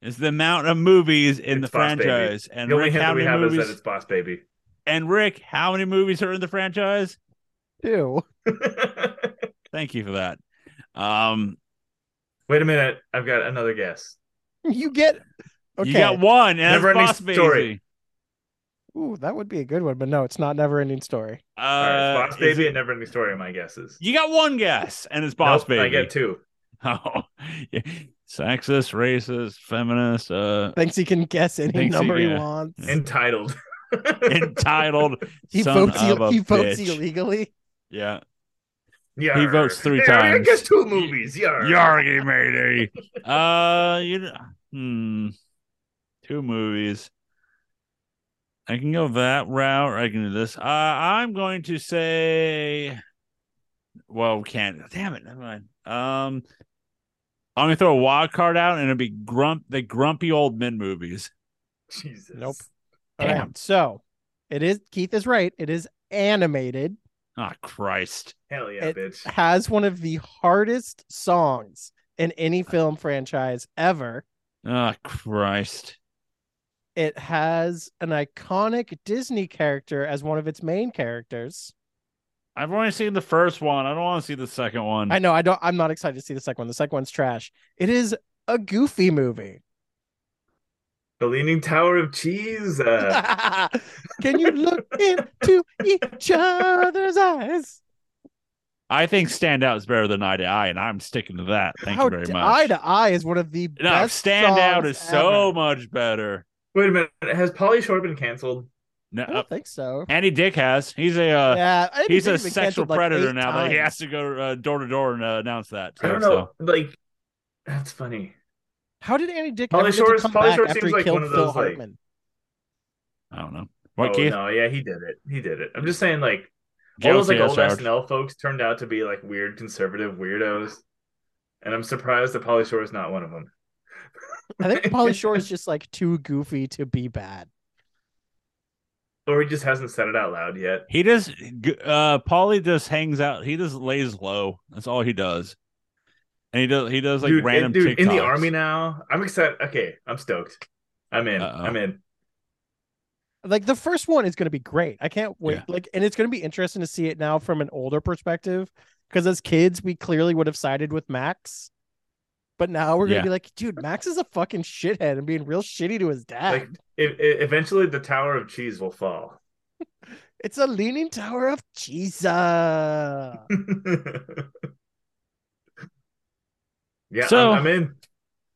is the amount of movies in
It's
the
Boss Baby.
franchise. And
the only
Rick,
hint
how
that we
many
have is
movies?
that it's Boss Baby.
And Rick, how many movies are in the franchise?
Ew.
Thank you for that. Um,
Wait a minute, I've got another guess.
You get. Okay.
you got one, and
Never
that's
Ending
Boss Baby.
Story.
Ooh, that would be a good one, but no, it's not never ending story.
Uh,
All right, it's
is
Boss Baby
it-
and Never Ending Story are my guesses.
you got one guess, and it's Boss
Nope,
Baby.
I get two.
Oh, yeah. sexist, racist, feminist, uh,
Thinks he can guess any
Thinks he-
number he,
yeah.
wants.
Entitled.
Mm. entitled.
He
son
votes.
of a
He votes
bitch.
illegally.
Yeah,
Yeah.
votes three times.
I guess two movies. Yeah.
Yargy matey. uh, you hmm, two movies. I can go that route. Or I can do this. Uh, I'm going to say. Well, we can't. Damn it. Never mind. Um, I'm gonna throw a wild card out, and it'll be grump the grumpy old men movies.
Jesus.
Nope.
Damn.
All right, so it is. Keith is right. It is animated.
Ah, Christ.
Hell yeah,
It-
bitch.
Has one of the hardest songs in any film franchise ever.
Ah, Christ.
It has an iconic Disney character as one of its main characters.
I've only seen the first one. I don't want to see the second one.
I know. I don't. I'm not excited to see the second one. The second one's trash. It is a goofy movie.
The Leaning Tower of Cheese. Uh,
Can you look into each other's eyes?
I think Stand Out is better than Eye to Eye, and I'm sticking to that. Thank
How
you very
d-
much.
Eye to Eye is one of the
No,
best.
Stand Out
songs
is so
ever.
much better.
wait a minute. Has Polly Shore been canceled?
No, uh,
I don't think so.
Andy Dick has. He's a uh,
yeah, I didn't
he's
think
a
it was
sexual
canceled, like,
predator
eight
now. Like, he
times.
has to go uh, door to door and uh, announce that.
I
too,
don't
so.
know. Like, that's funny.
How did Andy Dick
Pauly
ever get
Shore
to
is-
come
Pauly
back
Shore
after
seems
he
like
killed
one of
Phil
those, like-
Hartman?
I don't know. What
oh
Keith?
no, yeah, he did it. He did it. I'm just saying, like, all those
Guilty
like
as
old
charged.
SNL folks turned out to be like weird conservative weirdos, and I'm surprised that Polly Shore is not one of them.
I think Pauly Shore is just like too goofy to be bad.
or he just hasn't said it out loud yet.
He just g- uh Paulie just hangs out. He just lays low. That's all he does. And he does he does like
dude,
random
and- dude in the
TikToks.
army now. I'm excited. Okay, I'm stoked. I'm in.
Uh-oh.
I'm in.
Like the first one is going to be great. I can't wait.
Yeah.
Like, and it's going to be interesting to see it now from an older perspective, because as kids we clearly would have sided with Max, but now we're going to
Yeah.
be like, dude, Max is a fucking shithead and being real shitty to his dad.
Like, it, it- eventually, the Tower of Cheese will fall.
it's a leaning tower of Jesus. All
yeah,
So-
I'm, I'm in.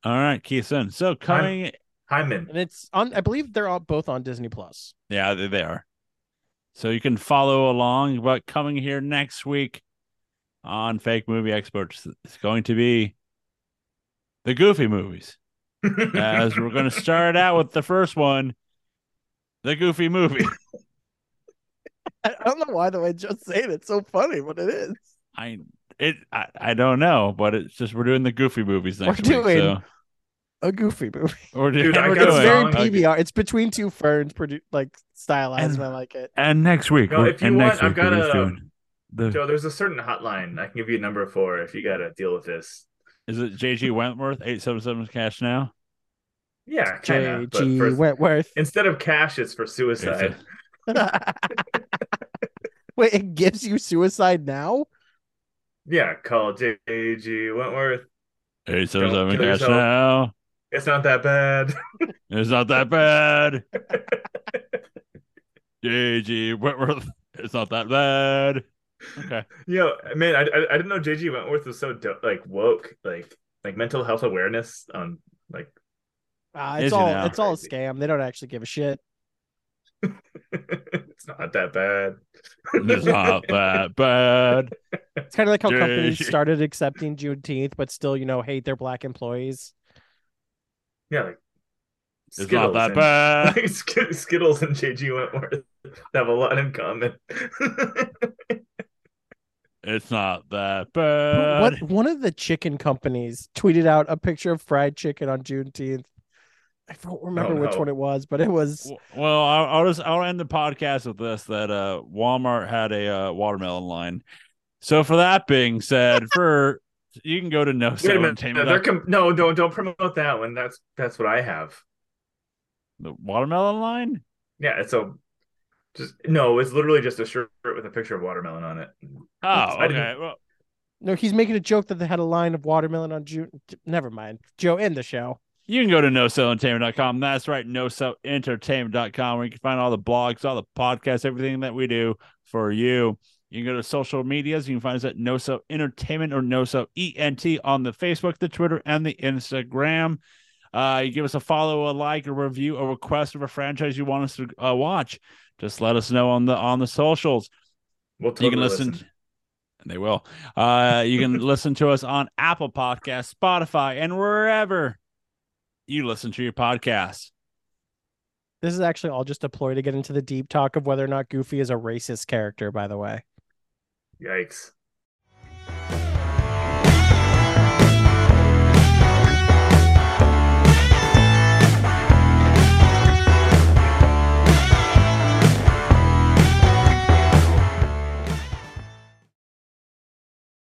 All right, Keith in. So coming
I'm in.
and it's on. I believe they're all both on Disney Plus.
Yeah, they, they are. So you can follow along. But coming here next week on Fake Movie Experts, it's going to be the Goofy movies. As we're going to start out with the first one, the Goofy movie.
I, I don't know why though. I just saying it's so funny, but it is.
I it I, I don't know, but it's just we're doing the Goofy movies next
We're
week.
doing-
So
A goofy movie.
we're doing.
Dude, I
we're
got
It's
doing-
very
Okay.
PBR. It's between two ferns, produ- like stylized,
And-
and I like it.
And next week,
No,
we're-
if you
and next
want, I've
week we're
got
just
a- um,
doing the
Joe, there's a certain hotline I can give you a number for if you got to deal with this.
is it JG Wentworth eight seven seven cash now.
Yeah, kind
J
of. But
G
for,
Wentworth.
instead of cash, it's for suicide.
Wait, it gives you suicide now?
Yeah, call J.G. Wentworth.
Eight seven seven
kill
cash
yourself.
now.
It's not that bad.
It's not that bad. JG Wentworth. It's not that bad. Okay.
Yo, man, I, I, I didn't know JG Wentworth was so do- like woke, like like mental health awareness on like
Uh, it's
Is it
all
now?
it's all a scam. They don't actually give a shit.
it's not that bad.
It's not that bad.
It's kind of like how
Yeah, yeah,
companies
yeah.
started accepting Juneteenth, but still, you know, hate their black employees.
Yeah, like
It's not that bad.
bad. Skittles and JG Wentworth have a lot in common.
It's not that
Wh-
bad.
what one of the chicken companies tweeted out a picture of fried chicken on Juneteenth. I don't remember which
no.
one it was, but it was
W- Well, I'll, I'll just I'll end the podcast with this that uh Walmart had a uh, watermelon line. So for that being said, for you can go to no
Wait a
Sale
minute. No,
entertainment.
they're com- no, don't don't promote that one. That's that's what I have.
the watermelon line.
Yeah, it's a just no. It's literally just a shirt with a picture of watermelon on it.
Oh,
I didn't-
okay. Well,
no. He's making a joke that they had a line of watermelon on June. Never mind, Joe. End the show.
you can go to no Sale entertainment.com. That's right, no Sale entertainment.com where you can find all the blogs, all the podcasts, everything that we do for you. You can go to social medias. You can find us at no Sale entertainment or no Sale ENT on the Facebook, the Twitter, and the Instagram. Uh, you give us a follow, a like, a review, a request of a franchise you want us to uh, watch. Just let us know on the on the socials.
We'll
you can
totally
listen, and they will. Uh, you can listen to us on Apple Podcasts, Spotify, and wherever you listen to your podcasts.
This is actually all just a ploy to get into the deep talk of whether or not Goofy is a racist character. By the way,
Yikes!